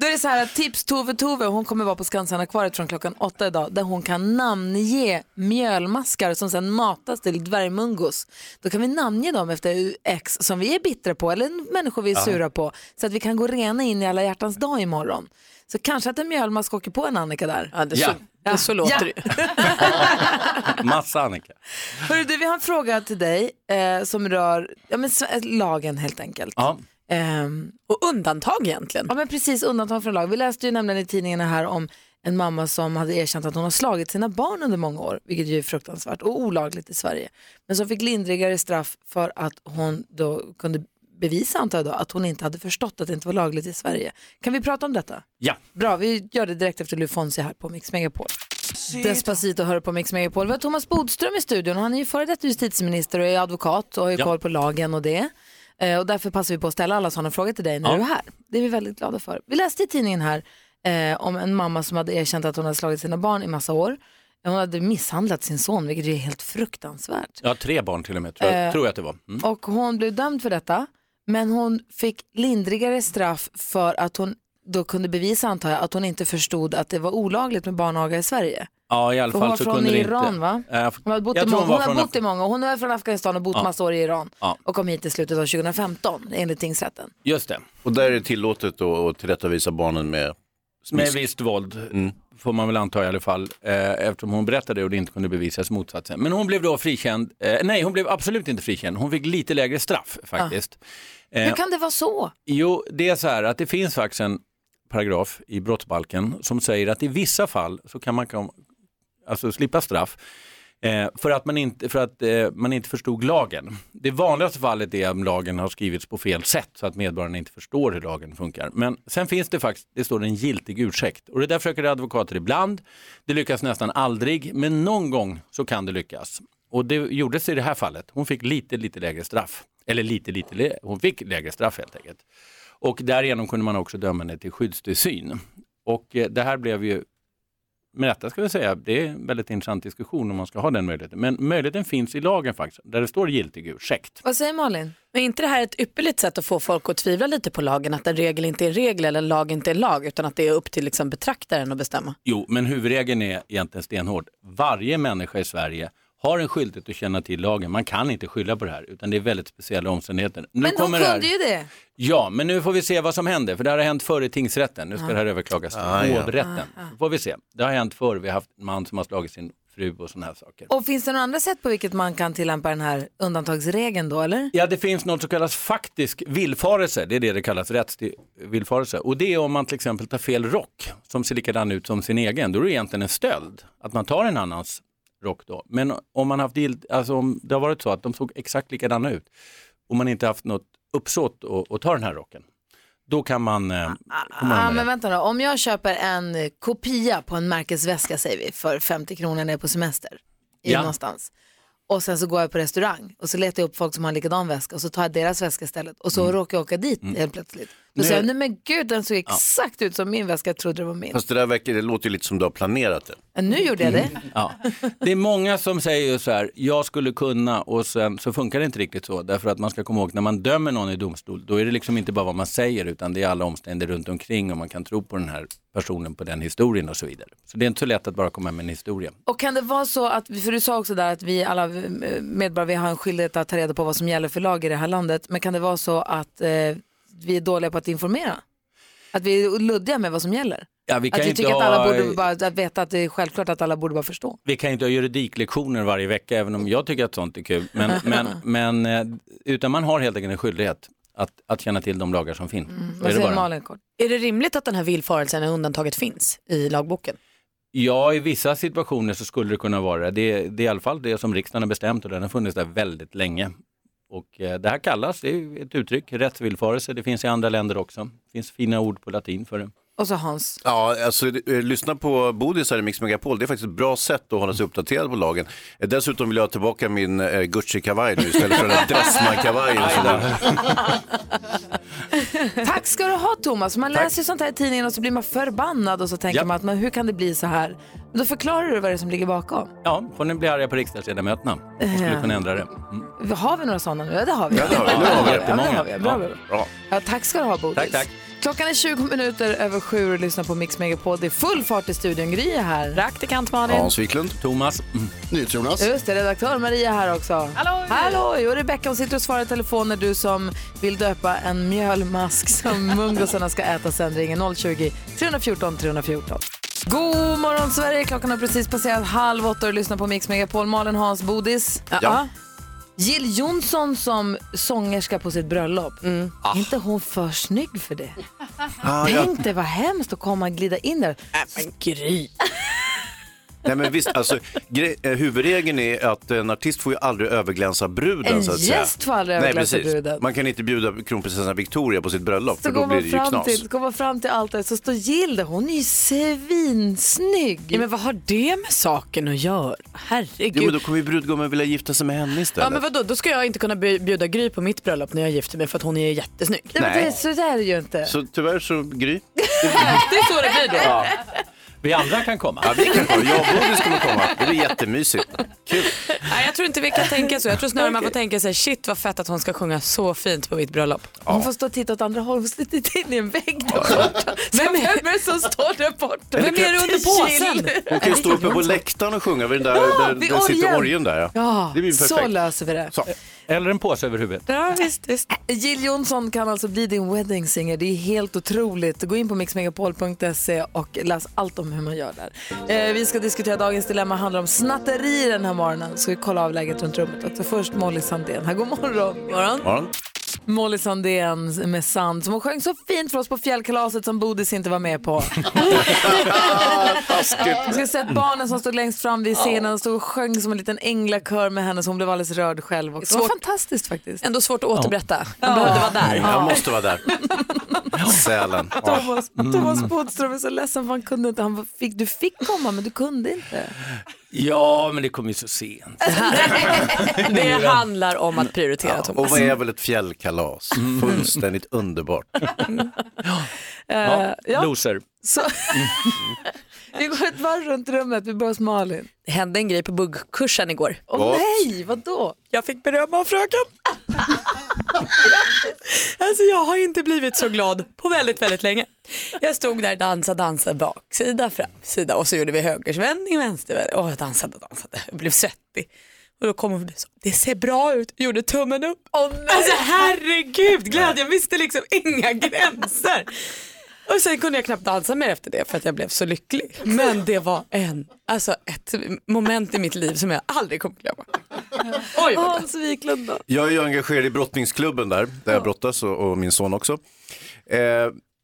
S1: Då är det så här att tips Tove Tove, hon kommer vara på Skansen-akvariet från klockan åtta idag, där hon kan namnge mjölmaskar som sen matas till dvärgmungos. Då kan vi namnge dem efter ex som vi är bittra på eller människor vi är sura på, så att vi kan gå rena in i alla hjärtans dag imorgon. Så kanske att en mjölmask åker på en Annika där.
S4: Ja, det
S10: Ja.
S4: så, det så låter det.
S10: <laughs> Massa Annika.
S1: Hörru, du, vi har en fråga till dig eh, som rör ja, men, sve- lagen helt enkelt.
S10: Ja.
S1: Ehm,
S4: Och undantag egentligen.
S1: Ja men precis, undantag från lag. Vi läste ju nämligen i tidningarna här om en mamma som hade erkänt att hon har slagit sina barn under många år, vilket ju är fruktansvärt och olagligt i Sverige. Men som fick lindrigare straff för att hon då kunde bevisa, antar jag då, att hon inte hade förstått att det inte var lagligt i Sverige. Kan vi prata om detta?
S10: ja.
S1: Bra, vi gör det direkt efter Lufonsi här på Mix Megapol. Despacito hör på Mix Megapol. Vi har Thomas Bodström i studion och han är ju före detta justitieminister och är advokat och har ju
S10: Ja.
S1: koll på lagen och det. Eh, och därför passar vi på att ställa alla sådana frågor till dig när
S10: Ja.
S1: du är här. Det är vi väldigt glada för. Vi läste i tidningen här eh, om en mamma som hade erkänt att hon hade slagit sina barn i massa år. Hon hade misshandlat sin son, vilket ju är helt fruktansvärt.
S10: Jag har tre barn till och med, tror jag,
S1: Eh.
S10: tror jag att det var. Mm.
S1: Och hon blev dömd för detta, men hon fick lindrigare straff för att hon då kunde bevisa, antar jag, att hon inte förstod att det var olagligt med barnaga i Sverige.
S10: Ja, i alla
S1: För
S10: fall
S1: hon var
S10: så
S1: från
S10: kunde det
S1: Iran,
S10: inte...
S1: va?
S10: Eh, jag-
S1: Hon har bott, i
S10: jag tror
S1: många,
S10: hon var
S1: hon har
S10: från
S1: bott
S10: Af-
S1: i många år. Hon är från Afghanistan och bott
S10: Ja.
S1: massa år i Iran
S10: Ja.
S1: och kom hit i slutet av 2015 enligt tingsrätten.
S10: Just det.
S3: Och där är det tillåtet då att tillrättavisa barnen med
S10: Med visst våld, får man väl anta i alla fall, eh, eftersom hon berättade och det inte kunde bevisas motsatsen. Men hon blev då frikänd, eh, nej hon blev absolut inte frikänd, hon fick lite lägre straff faktiskt. Eh,
S1: Hur kan det vara så?
S10: Jo, det är så här att det finns faktiskt en paragraf i brottsbalken som säger att i vissa fall så kan man kom, alltså slippa straff eh, för att, man inte, för att eh, man inte förstod lagen. Det vanligaste fallet är om lagen har skrivits på fel sätt så att medborgarna inte förstår hur lagen funkar. Men sen finns det faktiskt, det står en giltig ursäkt och det där försöker advokater ibland. Det lyckas nästan aldrig, men någon gång så kan det lyckas. Och det gjordes i det här fallet. Hon fick lite, lite lägre straff. Eller lite, lite, lä- hon fick lägre straff helt enkelt. Och därigenom kunde man också döma henne till skyddstillsyn. Och eh, det här blev ju, med detta ska jag säga, det är en väldigt intressant diskussion om man ska ha den möjligheten. Men möjligheten finns i lagen faktiskt, där det står giltig ursäkt.
S1: Vad säger Malin?
S4: Men är inte det här ett ypperligt sätt att få folk att tvivla lite på lagen? Att en regel inte är en regel eller en lag inte är en lag utan att det är upp till liksom betraktaren att bestämma.
S10: Jo, men huvudregeln är egentligen stenhård. Varje människa i Sverige har en skyldighet att känna till lagen. Man kan inte skylla på det här, utan det är väldigt speciella omständigheter. Nu
S1: Men hon
S10: kommer det här.
S1: kunde ju det.
S10: Ja, men nu får vi se vad som händer, för det här har hänt förr i tingsrätten. Nu ska det här överklagas till
S3: Ah, ja.
S10: hovrätten. Då får vi se. Det har hänt förr, vi har haft en man som har slagit sin fru och sådana här saker.
S1: Och finns det några andra sätt på vilket man kan tillämpa den här undantagsregeln då eller?
S10: Ja, det finns något som kallas faktisk villfarelse. Det är det det kallas, rättslig villfarelse. Och det är om man till exempel tar fel rock som ser likadan ut som sin egen. Då är det egentligen en stöld, att man tar en annans rock då. Men om man haft gild, alltså om det har varit så att de såg exakt likadana ut och man inte haft något uppsåt att, att ta den här rocken, då kan man...
S3: Ah,
S10: Eh, komma
S1: Ja,
S10: undan
S1: Ah, men
S10: det.
S1: vänta då. Om jag köper en eh, kopia på en märkesväska säger vi för 50 kronor när jag är på semester i
S10: Ja.
S1: någonstans. Och sen så går jag på restaurang och så letar jag upp folk som har en likadan väska och så tar jag deras väska istället och så råkar jag åka dit helt plötsligt. Då
S10: Mm. Nu
S1: säger jag,
S10: är-
S1: nej men gud den såg exakt ut som min väska, jag trodde det var min.
S3: Fast det där verkar, det låter ju lite som du har planerat det.
S1: Men nu gjorde jag det.
S10: Ja. Det är många som säger ju så här, jag skulle kunna och sen så funkar det inte riktigt så. Därför att man ska komma ihåg, när man dömer någon i domstol, då är det liksom inte bara vad man säger utan det är alla omständigheter runt omkring och man kan tro på den här personen, på den historien och så vidare. Så det är inte så lätt att bara komma med en historia.
S1: Och kan det vara så att, för du sa också där att vi alla eh, medborgare vi har en skyldighet att ta reda på vad som gäller för lag i det här landet, men kan det vara så att eh, vi är dåliga på att informera? Att vi är luddiga med vad som gäller?
S10: Ja, vi
S1: Att
S10: kan
S1: vi
S10: inte
S1: tycker att alla
S10: ha-
S1: borde bara, att veta att det är självklart att alla borde bara förstå.
S10: vi kan ju inte ha juridiklektioner varje vecka, även om jag tycker att sånt är kul.
S1: <laughs>
S10: Men, men, men, eh, utan man har helt enkelt en skyldighet att, att känna till de lagar som finns. Så är
S1: Mm. Vad
S10: det
S1: säger
S10: bara.
S1: Malin kort?
S4: Är det rimligt att den här villfarelsen och undantaget finns i lagboken?
S10: Ja, i vissa situationer så skulle det kunna vara det. det. Det är i alla fall det som riksdagen har bestämt och den har funnits där väldigt länge. Och eh, det här kallas, det är ju ett uttryck, rättsvillfarelse. Det finns i andra länder också. Det finns fina ord på latin för det.
S1: Och så
S3: <laughs>
S1: Hans.
S3: Ja, alltså eh, lyssna på Bodis här i Mix Megapol. Det är faktiskt ett bra sätt att hålla sig uppdaterad på lagen. Eh, Dessutom vill jag ha tillbaka min eh, Gucci-kavaj nu istället
S10: <laughs>
S3: för den där Dressman-kavajen. och sådär.
S1: Tack ska du ha Thomas. Man läser ju sånt här i tidningen och så blir man förbannad och så tänker
S10: Ja.
S1: man att men hur kan det bli så här? Men då förklarar du vad det är som ligger bakom.
S10: Ja, får ni bli arga på riksdagsledamöterna. De skulle kunna ändra det. Mm.
S1: Har vi några sådana nu? Ja det har vi.
S3: Ja, det har vi. Nu har vi
S1: Ja, men det har vi. Bra,
S10: jättemånga.
S1: bra, bra. Ja, tack ska du ha Bodis.
S10: Tack, tack.
S1: Klockan är 20 minuter över sju och lyssnar på Mix Megapol. Det är full fart i studion. Gry är här.
S4: Praktikant Malin.
S3: Hans Wiklund.
S10: Thomas, mm.
S9: NyhetsJonas.
S1: Just det, redaktör Maria är här också. Hallå! Hallå! Och Rebecka hon sitter och svarar i telefon när du som vill döpa en mjölmask som mungosarna ska äta sen ringer 020-314 314. God morgon Sverige! Klockan har precis passerat halv åtta och du lyssnar på Mix Megapol. Malin, Hans, Bodis. Ja. Jill Johnson som sångerska på sitt bröllop. Är inte hon för snygg för det? Tänk dig vad hemskt att komma och glida in där.
S3: Nej, men visst, alltså, gre- eh, huvudregeln är att en artist får ju aldrig överglänsa bruden.
S1: En
S3: så att säga.
S1: gäst får aldrig överglänsa
S3: Nej, precis.
S1: bruden.
S3: Man kan inte bjuda kronprinsessan Victoria på sitt bröllop
S1: Så
S3: för då
S1: går
S3: blir
S1: man,
S3: det ju
S1: fram
S3: knas.
S1: till, går man fram till altaret så står Jill där. Hon är ju svinsnygg.
S4: Ja, men vad har det med saken att göra? Herregud.
S3: Jo, men då kommer ju brudgummen vilja gifta sig med henne istället.
S4: Ja men vadå, då ska jag inte kunna bj- bjuda Gry på mitt bröllop när jag gifter mig för att hon är jättesnygg.
S1: Nej, men
S3: Nej.
S1: Det, så där är det ju inte.
S3: Så tyvärr så, Gry.
S4: Det är så det blir då.
S10: vi andra kan komma.
S3: Ja, vi kan komma. Jag och Bodis kommer komma. Det blir jättemysigt. Kul.
S4: Nej, jag tror inte vi kan tänka så. Jag tror snarare man får tänka sig shit vad fett att hon ska sjunga så fint på mitt bröllop.
S1: Hon får stå och titta åt andra hållet. Hon får titta in i en vägg där borta.
S4: <laughs>
S1: Vem är det som står där borta?
S4: Vem är det under påsen?
S3: Hon kan ju
S1: <laughs>
S3: stå uppe på läktaren och sjunga vid den där, där,
S1: vid
S3: där sitter
S1: orgeln.
S3: orgeln där.
S1: Ja,
S3: det blir
S1: så
S3: perfekt.
S1: löser vi det.
S10: Eller en påse över huvudet.
S4: Ja visst, visst.
S1: Jill Johnson kan alltså bli din wedding singer. Det är helt otroligt. Gå in på mixmegapol.se och läs allt om hur man gör där. Eh, vi ska diskutera dagens dilemma. handlar om snatteri den här morgonen. Ska vi kolla av läget runt rummet också. Först Molly Sandén. Här, god morgon. morgon.
S3: Ja.
S1: Molly Sandén med Sand som hon sjöng så fint för oss på fjällkalaset som Bodis inte var med på. Vi ska sett barnen som stod längst fram vid scenen och stod och sjöng som en liten änglakör med henne så hon blev alldeles rörd själv också. Det var
S4: Svårt.
S1: fantastiskt faktiskt.
S4: Ändå svårt att återberätta. Man behövde vara där.
S3: Jag måste
S1: <laughs>
S3: vara där. Sälen. Ja. Mm.
S1: Thomas, Thomas Bodström är så ledsen för han kunde inte. Han fick, du fick komma men du kunde inte.
S10: Ja, men det kom ju så sent.
S4: Det handlar om att prioritera
S3: Och
S4: Thomas.
S10: Alltså-
S3: vad är väl ett fjällkalas?
S10: Mm.
S3: Fullständigt underbart.
S10: Ja,
S1: Eh, ja.
S10: Loser.
S1: Så... <laughs> Vi går ett varv runt rummet, vi börjar hos Malin.
S4: Det hände en grej på buggkursen igår.
S1: Åh
S3: Gott.
S1: nej, vadå?
S4: Jag fick beröm av
S1: <laughs>
S4: fröken. alltså jag har inte blivit så glad på väldigt, väldigt länge. Jag stod där, dansa, dansa, baksida, framsida och så gjorde vi högersvändning, vänstervändning och jag dansade, dansade, jag blev svettig. Och då kom hon och sa, det ser bra ut, Jag gjorde tummen upp. Alltså herregud, glädjen visste liksom inga gränser. Och sen kunde jag knappt dansa mer efter det för att jag blev så lycklig. Men det var en, alltså ett moment i mitt liv som jag aldrig kommer glömma. Oj, vad
S1: Hans Wiklund då?
S3: Jag är ju engagerad i brottningsklubben där, där jag brottas och, och min son också. Eh,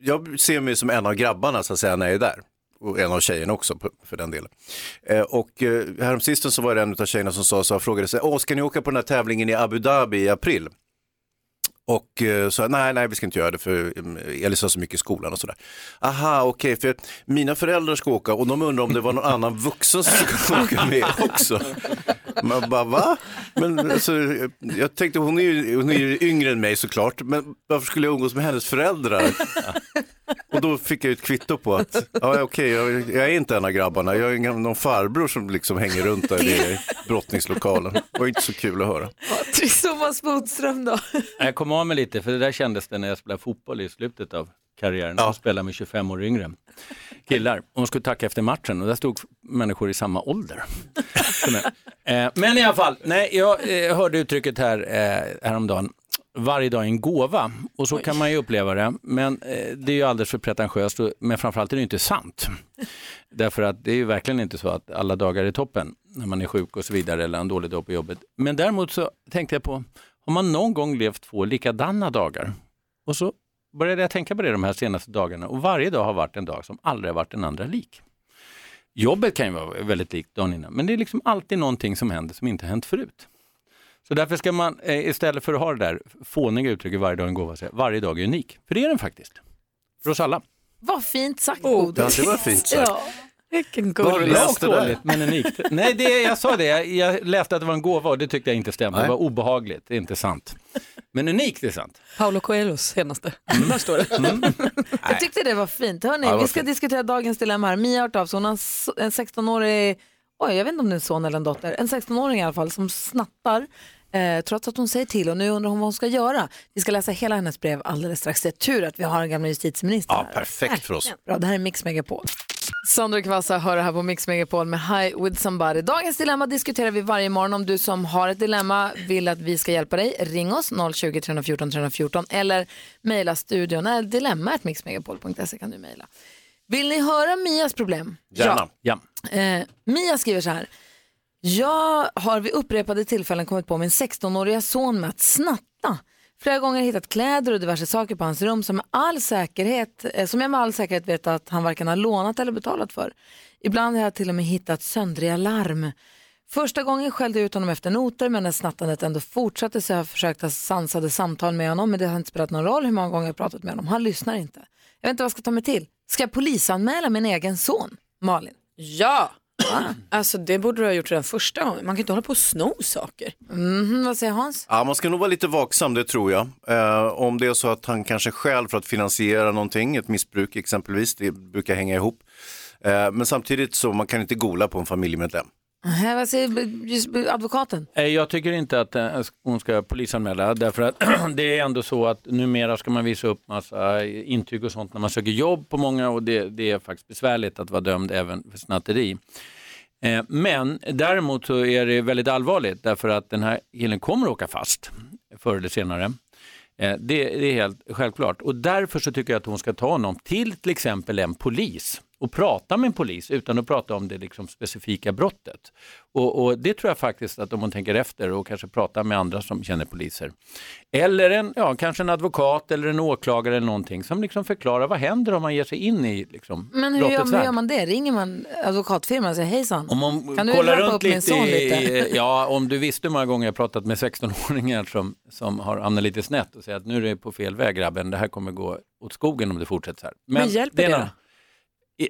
S3: jag ser mig som en av grabbarna så att säga när jag är där. Och en av tjejerna också på- för den delen. Eh, och eh, häromsistens så var det en av tjejerna som sa så jag frågade sig, Åh, ska ni åka på den här tävlingen i Abu Dhabi i april? Och eh, sa nej, nej, vi ska inte göra det för eh, Elis har så mycket i skolan och sådär. Aha, okej, för mina föräldrar ska åka och de undrar om det var någon annan vuxen som skulle åka med också. Man bara, va? Men alltså, jag tänkte, hon är, ju, hon är ju yngre än mig såklart, men varför skulle jag umgås med hennes föräldrar? Och då fick jag ett kvitto på att, ja okej, jag, jag är inte en av grabbarna, jag är en- någon farbror som liksom hänger runt där i brottningslokalen. Det var inte så kul att höra.
S1: Thomas Bodström då?
S10: Jag kom av mig lite, för det där kändes det när jag spelade fotboll i slutet av karriären. Jag spelade med 25 år yngre killar. Och de skulle tacka efter matchen och där stod människor i samma ålder. som jag. Eh, Men i alla fall, nej, jag eh, hörde uttrycket här eh, häromdagen. Varje dag är en gåva och så kan man ju uppleva det. Men eh, det är ju alldeles för pretentiöst, och- men framförallt är det ju inte sant. Därför att det är ju verkligen inte så att alla dagar är toppen när man är sjuk och så vidare eller har en dålig dag på jobbet. Men däremot så tänkte jag på, har man någon gång levt två likadana dagar? Och så började jag tänka på det de här senaste dagarna och varje dag har varit en dag som aldrig har varit den andra lik. Jobbet kan ju vara väldigt likt dagen innan, men det är liksom alltid någonting som händer som inte hänt förut. Så därför ska man, eh, istället för att ha det där fåniga uttrycket varje dag är en gåva, säga varje dag är unik. För det är den faktiskt. För oss alla.
S1: Vad fint sagt Bodis.
S3: Ja, det var fint sagt.
S1: Oh, Ja.
S4: Vilken
S3: Var det
S4: gullig.
S3: läst det där?
S10: Men
S3: <laughs>
S10: unikt. Nej, det, jag sa det. Jag, jag läste att det var en gåva och det tyckte jag inte stämde. Det var obehagligt, det är inte sant. Men unikt är sant.
S4: Paolo Coelhos senaste.
S10: Mm.
S4: Där står det.
S1: Jag tyckte det var fint. Hörrni,
S3: Ja, det var
S1: vi ska
S3: fint.
S1: diskutera dagens dilemma här. Mia har hört av sig. Hon har en s- en 16-årig, oj jag vet inte om det är en son eller en dotter, en 16-åring i alla fall som snattar eh, trots att hon säger till och nu undrar hon vad hon ska göra. Vi ska läsa hela hennes brev alldeles strax. Det är tur att vi har en gamla justitieminister
S3: Ja,
S1: här.
S3: perfekt för oss.
S1: Bra, det här är Mix Megapol. Sandro Kvassa hör det här på Mix Megapol med Hi with somebody. Dagens dilemma diskuterar vi varje morgon. Om du som har ett dilemma vill att vi ska hjälpa dig, ring oss 020 314 314 eller mejla studion. Nej, dilemmatmixmegapol.se kan du mejla. Vill ni höra Mias problem?
S3: Gärna.
S10: Ja.
S1: Eh, Mia skriver så här. Jag har vid upprepade tillfällen kommit på min 16-åriga son med att snatta. Flera gånger hittat kläder och diverse saker på hans rum som, med all säkerhet, eh, som jag med all säkerhet vet att han varken har lånat eller betalat för. Ibland har jag till och med hittat söndriga larm. Första gången skällde jag ut honom efter noter men när snattandet ändå fortsatte så har jag försökt ha sansade samtal med honom men det har inte spelat någon roll hur många gånger jag pratat med honom. Han lyssnar inte. Jag vet inte vad jag ska ta mig till. Ska jag polisanmäla min egen son? Malin.
S4: Ja, alltså det borde du ha gjort redan första gången. Man kan inte hålla på och sno saker.
S1: Mm, vad säger Hans?
S3: Ja, man ska nog vara lite vaksam, det tror jag. Eh, om det är så att han kanske själv för att finansiera någonting, ett missbruk exempelvis, det brukar hänga ihop. Eh, men samtidigt så man kan inte gola på en familjemedlem.
S1: Nej, Äh, vad säger b- just b- advokaten?
S10: Eh, Jag tycker inte att eh, hon ska polisanmäla därför att <clears throat> det är ändå så att numera ska man visa upp massa intyg och sånt när man söker jobb på många och det, det är faktiskt besvärligt att vara dömd även för snatteri. Eh, Men däremot så är det väldigt allvarligt därför att den här killen kommer att åka fast förr eller senare. Eh, Det, det är helt självklart. Och därför så tycker jag att hon ska ta honom till till exempel en polis och prata med en polis utan att prata om det liksom specifika brottet. Och, och Det tror jag faktiskt att om hon tänker efter och kanske pratar med andra som känner poliser. Eller en, ja, kanske en advokat eller en åklagare eller någonting som liksom förklarar vad händer om man ger sig in i liksom,
S1: Men hur
S10: brottets
S1: gör, hur
S10: värld.
S1: gör man det? Ringer man advokatfirman och säger hejsan?
S10: Om man
S1: Kan du
S10: kollar
S1: rappa
S10: runt
S1: upp min
S10: lite,
S1: son
S10: i-
S1: lite?
S10: i- <laughs> Ja, om du visste hur många gånger jag pratat med 16-åringar som, som har hamnat lite snett och säger att nu är det på fel väg grabben, det här kommer gå åt skogen om det fortsätter så här.
S4: Men hjälper
S10: är en
S4: det
S10: annan- I-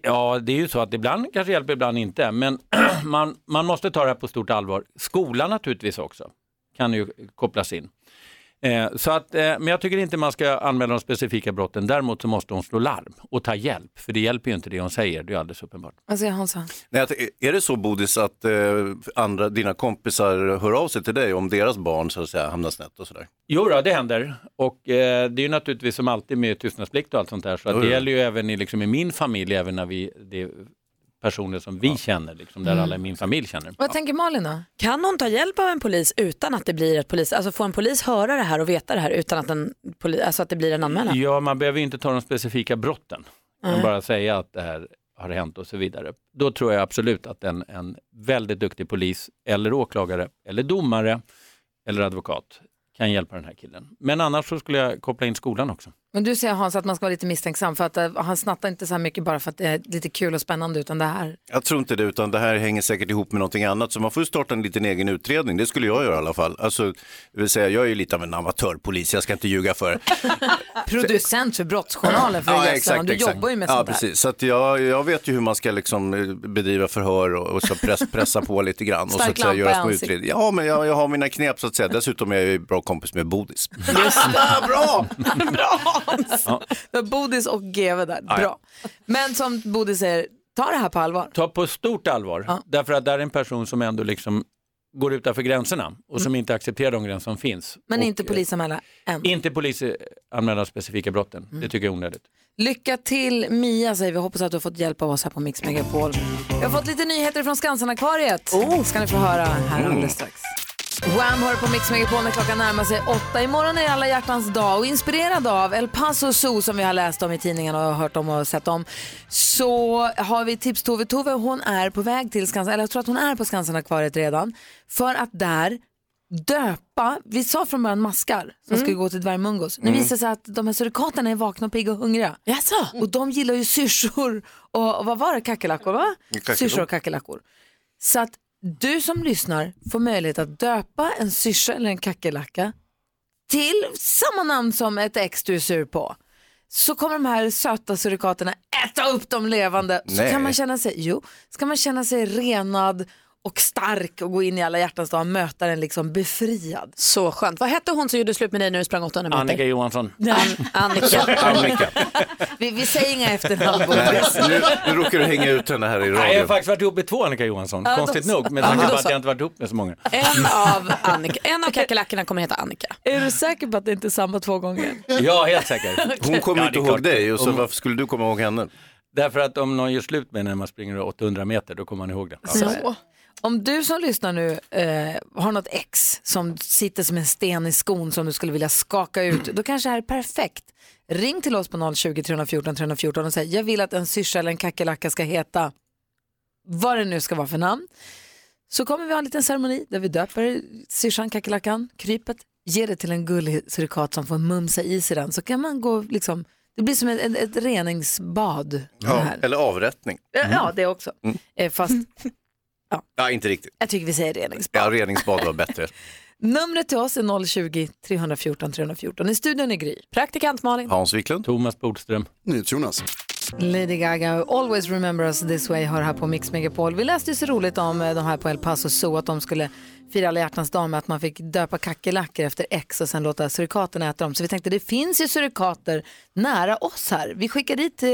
S10: Ja, det är ju så att ibland kanske hjälper, ibland inte. Men <clears throat> man, man måste ta det här på stort allvar. Skolan naturligtvis också kan ju kopplas in. Eh, så att, eh, men jag tycker inte man ska anmäla de specifika brotten. Däremot så måste hon slå larm och ta hjälp. För det hjälper ju inte det hon säger, det är ju alldeles uppenbart.
S1: Vad säger Hansa?
S3: Nej, jag t- är det så Bodis att eh, andra, dina kompisar hör av sig till dig om deras barn så att säga, hamnar snett och sådär?
S10: Jo då, det händer. Och eh, det är ju naturligtvis som alltid med tystnadsplikt och allt sånt där. Så att
S3: Jo,
S10: det
S3: jo.
S10: gäller ju även i, liksom, i min familj, även när vi, det är personer som vi känner, liksom, där
S3: Mm.
S10: alla i min familj känner.
S1: Vad tänker Malin då?
S4: Kan hon ta hjälp av en polis utan att det blir ett polis, alltså får en polis höra det här och veta det här utan att, en poli, alltså att det blir en anmälan?
S10: Ja, man behöver ju inte ta de specifika brotten. Man bara säga att det här har hänt och så vidare. Då tror jag absolut att en, en väldigt duktig polis eller åklagare eller domare eller advokat kan hjälpa den här killen. Men annars så skulle jag koppla in skolan också.
S1: Men du säger Hans att man ska vara lite misstänksam för att eh, han snattar inte så här mycket bara för att det är lite kul och spännande utan det här.
S3: Jag tror inte det, utan det här hänger säkert ihop med någonting annat. Så man får ju starta en liten egen utredning, det skulle jag göra i alla fall. Alltså, det vill säga, jag är ju lite av en amatörpolis, jag ska inte ljuga <laughs> för det.
S1: Producent för Brottsjournalen för ja, Du jobbar ju med
S3: ja,
S1: sånt här.
S3: precis. Så att jag, jag vet ju hur man ska liksom eh, bedriva förhör och, och så press, <laughs> pressa på lite grann. och så
S1: Stark
S3: att säga,
S1: lampa i
S3: göra små
S1: ansiktet.
S3: utredningar. Ja, men jag, jag har mina knep så att säga. Dessutom är jag ju bra kompis med Bodis.
S1: bra! <laughs> bra Hans! Det var Bodis och GV där. Bra. Men som Bodis säger, ta det här på allvar.
S10: ta på stort allvar.
S1: Ja.
S10: Därför att där är en person som ändå liksom går utanför gränserna och som inte accepterar de gränser som finns.
S1: Men
S10: och,
S1: inte polisanmäla än.
S10: Eh, inte polisanmäla specifika brotten. Det tycker jag är onödigt.
S1: Lycka till Mia säger vi. Hoppas att du har fått hjälp av oss här på Mix Megapol. Jag har fått lite nyheter från Skansen-akvariet. ska ni få höra här alldeles strax. Wham hör på Mix Megapol när klockan närmar sig åtta. Imorgon är alla hjärtans dag och inspirerad av El Paso Zoo som vi har läst om i tidningarna och hört om och sett om så har vi tips Tove. Tove hon är på väg till Skansen, eller jag tror att hon är på Skansen-akvariet redan för att där döpa, vi sa från början maskar som skulle gå till dvärgmungos. Nu visar det sig att de här surikaterna är vakna, och pigga och hungriga.
S4: Jaså?
S1: Och de gillar ju syrsor och, och vad var det, kackerlackor va?
S3: Kackerlackor.
S1: Syrsor och kackerlackor. Så att du som lyssnar får möjlighet att döpa en syrsa eller en kackerlacka till samma namn som ett ex du är sur på. Så kommer de här söta surikaterna äta upp dem levande. Så
S3: Nej.
S1: kan man känna sig, jo, ska man känna sig renad och stark och gå in i alla hjärtans dag och möta den liksom befriad.
S4: Så skönt. Vad hette hon som gjorde slut med dig när du sprang 800 meter?
S10: Annika Johansson.
S4: An-
S10: <laughs>
S4: Annika.
S3: Annika,
S1: Vi, vi säger inga efternamn. Bodil.
S3: nej, nu, nu råkar du hänga ut henne här i
S10: Nej, jag har
S3: radion.
S10: faktiskt varit ihop med två Annika Johansson,
S1: då
S10: konstigt
S1: så.
S10: nog. Med tanke
S4: Ja,
S10: på
S4: då
S10: att
S4: så.
S10: jag inte varit ihop med så många.
S4: En av, Annika. En av kackerlackorna kommer heta Annika.
S1: Är du säker på att det inte är samma två gånger?
S10: Ja, helt säker.
S3: Hon kommer
S10: Ja,
S3: inte
S10: det är
S3: ihåg
S10: klart.
S3: dig, och så
S10: Om-
S3: varför skulle du komma ihåg henne?
S10: Därför att om någon gör slut med en när man springer 800 meter, då kommer man ihåg det.
S1: Om du som lyssnar nu eh, har något ex som sitter som en sten i skon som du skulle vilja skaka ut, då kanske det här är perfekt. Ring till oss på 020 314 314 och säg jag vill att en syrsa eller en kackerlacka ska heta vad det nu ska vara för namn. Så kommer vi ha en liten ceremoni där vi döper syrsan, kackerlackan, krypet, ger det till en gullig surikat som får mumsa i sig den. Så kan man gå liksom, det blir som ett, ett, ett reningsbad. Det
S3: Ja,
S1: här.
S3: eller avrättning. Mm.
S1: Ja, det också. Eh, fast
S3: Ja, inte riktigt.
S1: jag tycker vi säger reningsbad.
S3: Ja, reningsbad var bättre.
S1: Numret till oss är 020-314 314. I studion är Gry.
S4: Praktikant Malin.
S3: Hans Wiklund.
S10: Thomas Bodström.
S9: NyhetsJonas.
S1: Lady Gaga, Always Remember Us This Way, hör här på Mix Megapol. Vi läste ju så roligt om eh, de här på El Paso Zoo, att de skulle fira alla hjärtans dag med att man fick döpa kackerlackor efter X och sen låta surikaterna äta dem. Så vi tänkte det finns ju surikater nära oss här. Vi skickar dit eh,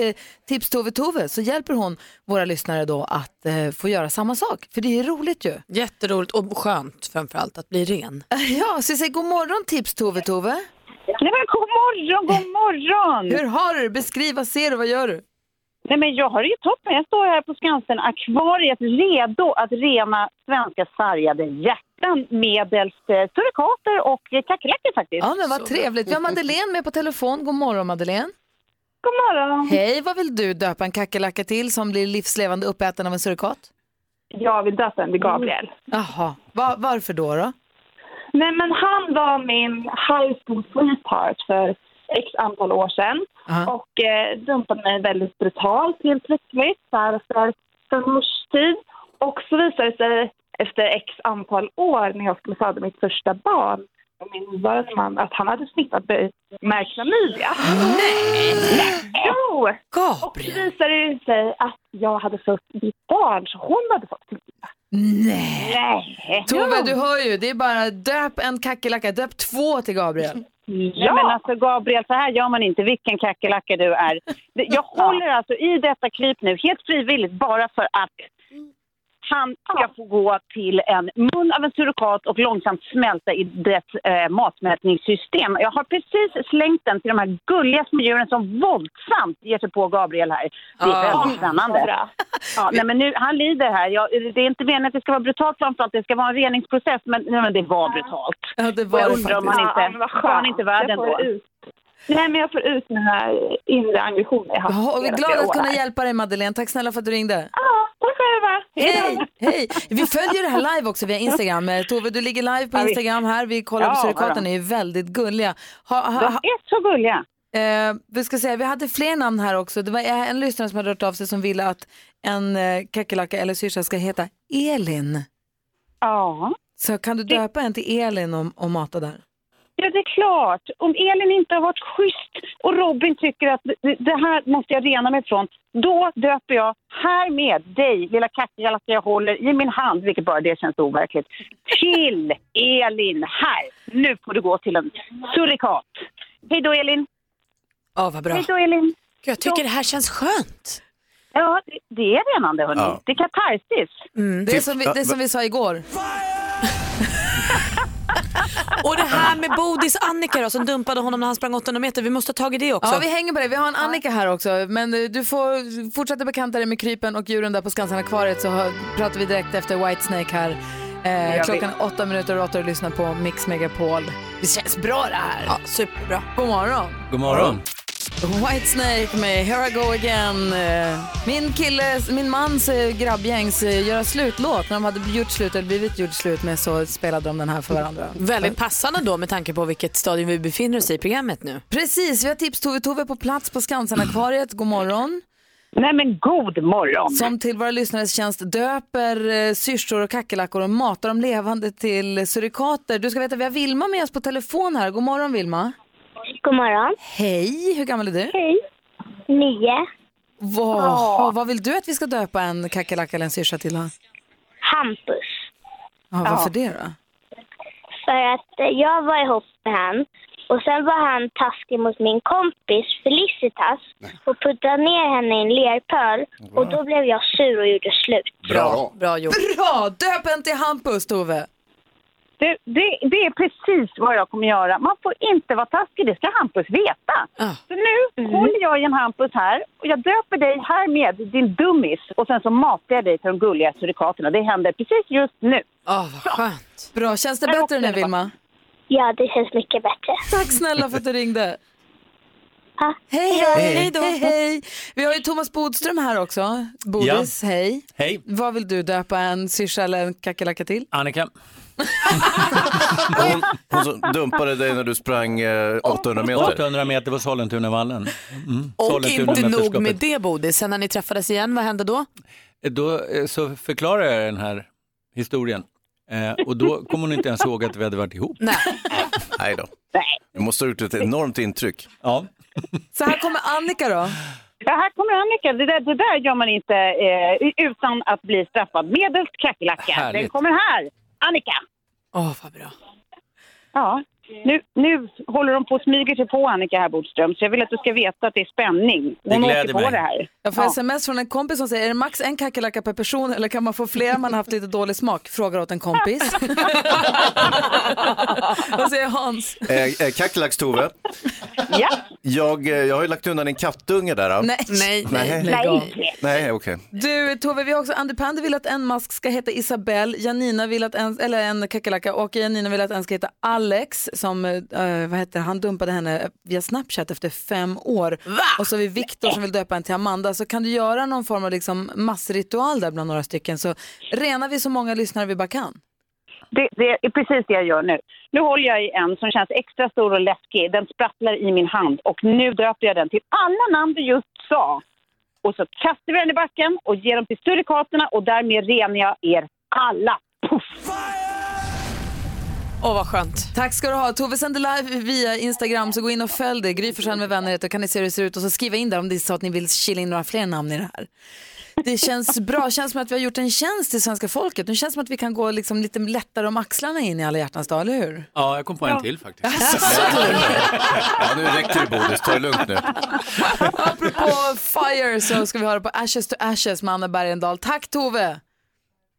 S1: tips Tove Tove så hjälper hon våra lyssnare då att eh, få göra samma sak. För det är roligt ju.
S4: Jätteroligt och skönt framförallt att bli ren.
S1: <laughs> Ja, så vi säger god morgon tips Tove Tove.
S7: Nej men god morgon, god morgon!
S1: Hur har du det? Beskriv, vad ser du, vad gör du?
S7: Nej men jag har det ju toppen. Jag står här på Skansen-akvariet redo att rena svenska sargade hjärtan medelst eh, surikater och eh, kackerlackor faktiskt.
S1: Ja, men vad trevligt. Vi har Madeleine med på telefon. God morgon, Madeleine.
S7: God morgon!
S1: Hej, vad vill du döpa en kackerlacka till som blir livslevande uppäten av en Mm. surikat?
S7: Jag vill döpa den till Gabriel.
S1: Jaha, Va, varför då? då?
S7: Nej men han var min high school sweetheart för x antal år sedan.
S1: Aha.
S7: och eh, dumpade mig väldigt brutalt helt plötsligt så här efter fem års tid. Och så visade det sig efter x antal år när jag skulle föda mitt första barn på min nuvarande man att han hade smittat med klamydia. Nej! Jo! Och så
S1: Gabriel.
S7: visade det sig att jag hade fött mitt barn, så hon hade fått smitta.
S1: Nej.
S7: Nej!
S1: Tove, du hör ju. Det är bara döp en kackerlacka. Döp två till Gabriel.
S7: Ja.
S12: Men alltså Gabriel, så här gör man inte vilken kackerlacka du är. Det- Jag håller alltså i detta kryp nu, helt frivilligt, bara för att han ska få gå till en mun av en surikat och långsamt smälta i dess eh, matmätningssystem. Jag har precis slängt den till de här gulliga små djuren som våldsamt ger sig på Gabriel här. Det är
S1: Ah.
S12: väldigt spännande.
S7: Bra.
S12: Ja, nej, men nu, han lider här. Jag, det är inte meningen att det ska vara brutalt framför allt. Det ska vara en reningsprocess, men, nej, men det var brutalt.
S1: Ja, det
S12: Och
S1: var
S12: jag
S1: det
S12: undrar om
S1: faktiskt.
S12: han
S7: Ja,
S12: inte...
S7: men vad
S12: var han inte värd
S7: Jag får
S12: ändå?
S7: ut- Nej, men jag får ut mina inre ambitioner jag
S1: Jag
S7: haft
S1: är
S7: hela
S1: glad
S7: flera
S1: att
S7: år
S1: kunna
S7: här.
S1: hjälpa dig Madeleine. Tack snälla för att du ringde.
S7: Ja, tack själva.
S1: Hej, hej. Vi följer det här live också via Instagram. Eh, Tove, du ligger live på
S12: Ja, visst.
S1: Instagram här. Vi kollar
S12: Ja,
S1: på
S12: vadå?
S1: surikaten, de är ju väldigt gulliga. Ha, ha,
S12: De
S1: ha,
S12: är så gulliga.
S1: eh, vi ska säga, vi hade fler namn här också. Det var en lyssnare som hade hört av sig som ville att en eh, kackerlacka eller syrsa ska heta Elin.
S12: Ja.
S1: Så kan du döpa en till Elin och, och mata där?
S12: ja, det är klart. Om Elin inte har varit schysst och Robin tycker att det- det här måste jag rena mig från, då döper jag härmed dig, lilla kackerlacka jag håller i min hand, vilket bara det känns overkligt, till Elin här. Nu får du gå till en surikat. Hej då Elin.
S4: Ja, vad bra.
S12: Hej då Elin.
S4: Jag tycker det här känns skönt.
S12: Ja, det- det är renande hörni.
S3: Ja.
S12: Det är katarsis.
S4: Mm.
S1: Det är som vi, det är som vi sa igår.
S4: <laughs> Och det här med Bodis Annika då, som dumpade honom när han sprang 800 meter. Vi måste ha tagit det också.
S1: Ja, vi hänger på det. Vi har en Annika här också. Men eh, du får fortsätta bekanta dig med krypen och djuren där på Skansen-akvariet så hör, pratar vi direkt efter Whitesnake här. Eh, klockan är åtta minuter och åtta och lyssnar på Mix Megapol. Det känns bra det här.
S4: Ja, superbra.
S1: God morgon.
S10: God morgon.
S1: Whitesnake med Here I Go Again. Eh, Min killes, min mans eh, grabbgängs eh, göra slutlåt. När de hade gjort slut eller blivit gjort slut med så spelade de den här för varandra.
S4: Väldigt passande då med tanke på vilket stadium vi befinner oss i i programmet nu.
S1: Precis, vi har tips Tove Tove på plats på Skansen-akvariet. God morgon.
S12: Nej men god morgon.
S1: som till våra lyssnares tjänst döper eh, syrsor och kackerlackor och matar dem levande till surikater. Du ska veta, vi har Vilma med oss på telefon här. God morgon Vilma.
S7: God morgon.
S1: Hej, hur gammal är du?
S7: Hej. Nio.
S1: Wow. Vad vill du att vi ska döpa en kackerlacka eller en syrsa till? då?
S7: Hampus.
S1: Ja, varför det då?
S7: För att eh, jag var ihop med han och sen var han taskig mot min kompis Felicitas och puttade ner henne i en lerpöl och då blev jag sur och gjorde slut.
S9: Bra.
S4: Bra gjort.
S1: Bra, döp en till Hampus Tove.
S12: Det, det, det är precis vad jag kommer göra. Man får inte vara taskig, det ska Hampus veta.
S4: Ah.
S12: Så nu håller jag i en Hampus här och jag döper dig här med din dummis och sen så matar jag dig till de gulliga surikaterna. Det händer precis just nu.
S4: Åh, vad skönt.
S1: Ah, Bra, känns det bättre nu Vilma?
S7: Ja, det känns mycket bättre.
S1: Tack snälla för att du ringde.
S7: Ja.
S1: Hej,
S4: Hej.
S1: hej, hej, hej, hej. Vi har ju Thomas Bodström här också. Bodis, hej.
S10: Hej,
S1: Vad vill du döpa en syrsa eller en kackerlacka till?
S10: Annika.
S3: Hon, hon som dumpade dig när du sprang eh, 800 meter.
S10: 800 meter på Sollentunavallen. Mm.
S4: Och
S10: Sollentuna
S4: inte nog
S10: mästerskapet.
S4: med det Bodis, sen när ni träffades igen, vad hände då?
S10: Då eh, så förklarar jag den här historien. Eh, och då kommer hon inte ens ihåg att vi hade varit ihop.
S4: Nej.
S3: Nej då. Du måste ha gjort ett enormt intryck.
S10: Ja.
S1: Så här kommer Annika då.
S12: Ja, här kommer Annika. Det där, det där gör man inte eh, utan att bli straffad. Medelst kackerlacka. Den
S10: Härligt.
S12: kommer här. Annika.
S4: Åh, vad bra.
S12: Ja. Nu, nu håller de på och smyger sig på Annika här Bodström, så jag vill att du ska veta att det är spänning.
S10: Det
S12: Hon åker
S10: gläder
S12: på
S10: mig.
S12: det här.
S1: Jag får
S12: Ja.
S1: sms från en kompis som säger, är det max en kackerlacka per person eller kan man få fler om man har haft lite dålig smak? Frågar åt en kompis. Vad säger Hans?
S3: Eh, eh, Kackerlack-Tove,
S12: Ja.
S3: jag, eh, jag har ju lagt undan en kattunge där. ja.
S1: Nej.
S4: Nej, nej.
S1: Lägg av.
S3: Nej, okej.
S1: Du Tove, vi har också Andy Pandy vill att en mask ska heta Isabelle, Janina vill att en, eller en kackerlacka och Janina vill att en ska heta Alex som, eh, vad heter det? han dumpade henne via Snapchat efter fem år. Och så har vi Viktor som vill döpa en till Amanda. Så kan du göra någon form av liksom massritual där bland några stycken så renar vi så många lyssnare vi bara kan.
S12: Det, det är precis det jag gör nu. Nu håller jag i en som känns extra stor och läskig. Den sprattlar i min hand och nu döper jag den till alla namn du just sa. Och så kastar vi den i backen och ger dem till surikaterna och därmed renar jag er alla. Puff.
S4: Åh, vad skönt.
S1: Tack ska du ha. Tove sänder live via Instagram, så gå in och följ det. Gry Forssell med vänner heter, kan ni se hur det ser ut och så skriva in där om det är så att ni vill kila in några fler namn i det här. Det känns bra, känns som att vi har gjort en tjänst till svenska folket. Nu känns som att vi kan gå liksom lite lättare om axlarna in i alla hjärtans dag, eller hur?
S10: Ja, jag kom på en till faktiskt.
S4: <laughs>
S3: Ja, nu räcker det Bodis, ta det lugnt nu.
S1: Apropå Fire så ska vi höra på Ashes to Ashes med Anna Bergendahl. Tack Tove!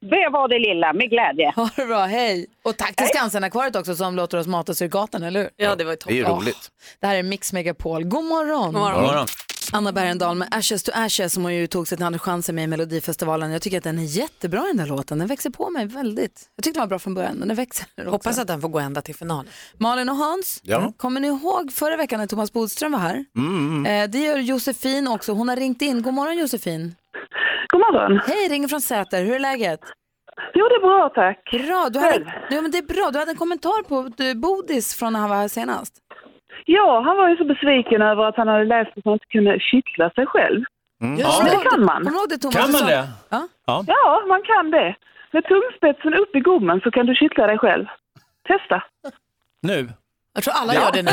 S12: Det var det lilla, med glädje.
S1: Ha det bra, hej! Och tack till Skansen-akvariet också som låter oss mata Surgatan, eller hur?
S4: Ja, det var ju
S3: Det är ju roligt.
S1: Det här är Mix Megapol. God morgon!
S4: God morgon.
S10: God morgon.
S1: Anna Bergendahl med Ashes to Ashes som hon ju tog sig till Andra chansen med i Melodifestivalen. Jag tycker att den är jättebra den där låten. Den växer på mig väldigt. Jag tyckte den var bra från början men den växer <laughs> också.
S4: Hoppas att den får gå ända till finalen.
S1: Malin och Hans,
S3: Ja.
S1: kommer ni ihåg förra veckan när Thomas Bodström var här?
S5: Mm.
S3: Mm.
S1: Eh, det gör Josefin också. Hon har ringt in. God morgon Josefin.
S13: God morgon.
S1: Hej, ringer från Säter. Hur är läget?
S13: Jo, det är bra tack.
S1: Bra. Du hade, ja, men det är bra. Du hade en kommentar på du, Bodis från när han var här senast.
S13: Ja, han var ju så besviken över att han hade läst att man inte kunde kittla sig själv.
S1: Ja.
S13: Men det kan man.
S1: Kommer du ihåg det Thomas?
S10: Mm. Kan
S1: Du
S10: man
S1: sa-
S10: det?
S1: Ja.
S10: Ja.
S13: Ja, man kan det. Med tumspetsen upp i gommen så kan du kittla dig själv. Testa.
S10: Nu.
S4: Jag tror alla gör det nu.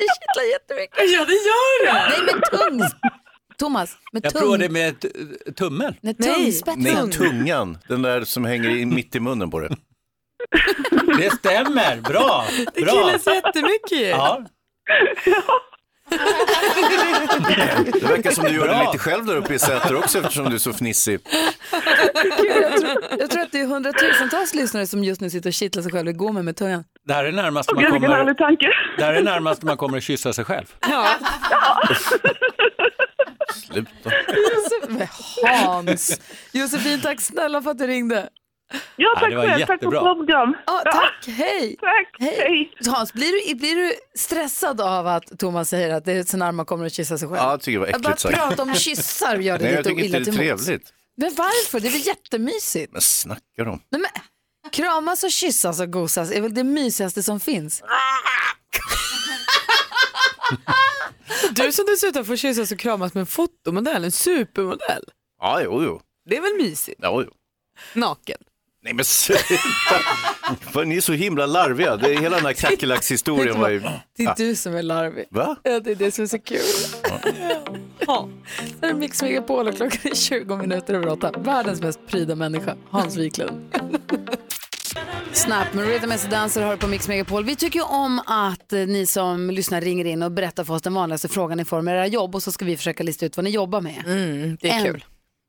S1: Det kittlar jättemycket. Ja, det gör det. Nej, men tung. Thomas, med
S10: Jag
S1: tung.
S10: provade med t- tummen.
S1: Nej,
S4: Nej.
S1: tungspetsen.
S3: Nej, tungan, den där som hänger i, mitt i munnen på det.
S10: Det stämmer, bra. bra.
S4: jättemycket
S10: Ja.
S3: <laughs> Det verkar som du gör
S10: Bra.
S3: det lite själv där uppe i Säter också eftersom du är så fnissig.
S1: jag, tror, jag tror att det är hundratusentals lyssnare som just nu sitter och kittlar sig själva i gommen med tungan.
S10: Det här är närmast man
S13: Gud, vilken
S10: kommer,
S13: härlig tanke.
S10: det här är närmast man kommer att kyssa sig själv.
S3: Sluta.
S1: Josef, Hans. Josefin, tack snälla för att du ringde.
S13: Ja,
S10: Ja,
S13: tack
S10: det var
S13: själv. Tack för ett
S10: jättebra.
S13: bra program.
S1: Ja, tack, hej.
S13: Tack.
S1: Hej.
S13: Hej.
S1: Hans, blir du, blir du stressad av att Thomas säger att det är så när man kommer att kyssa sig själv?
S3: Ja, jag tycker det var
S1: Att bara
S3: äckligt sagt.
S1: prata om kyssar gör det
S3: <laughs> Nej, jag
S1: lite
S3: tycker inte
S1: illa
S3: det är
S1: till mods.
S3: trevligt.
S1: Men varför? Det är väl jättemysigt?
S3: Men snackar de?
S1: Nej, men, kramas och kyssas och gosas är väl det mysigaste som finns?
S4: Du som dessutom får kyssas och kramas med en fotomodell, en supermodell.
S3: Ja, jo, jo.
S4: Det är väl mysigt?
S3: Ja, jo.
S4: Naken.
S3: Nej, men <laughs> sluta. Fan, Ni är så himla larviga. Det, hela den här kackerlackshistorien var ju...
S1: Det är
S3: Ja.
S1: du som är larvig.
S3: Va?
S1: Ja, det är det som är så kul.
S4: <laughs>
S1: Ja. Det är Mix Megapol och klockan är 20 minuter över åtta. Världens mest pryda människa, Hans Wiklund. Snap med Rhythm As a Dancer hör på Mix Megapol. Vi tycker ju om att eh, ni som lyssnar ringer in och berättar för oss den vanligaste frågan i form av era jobb och så ska vi försöka lista ut vad ni jobbar med.
S4: Mm, Det är
S1: En.
S4: kul.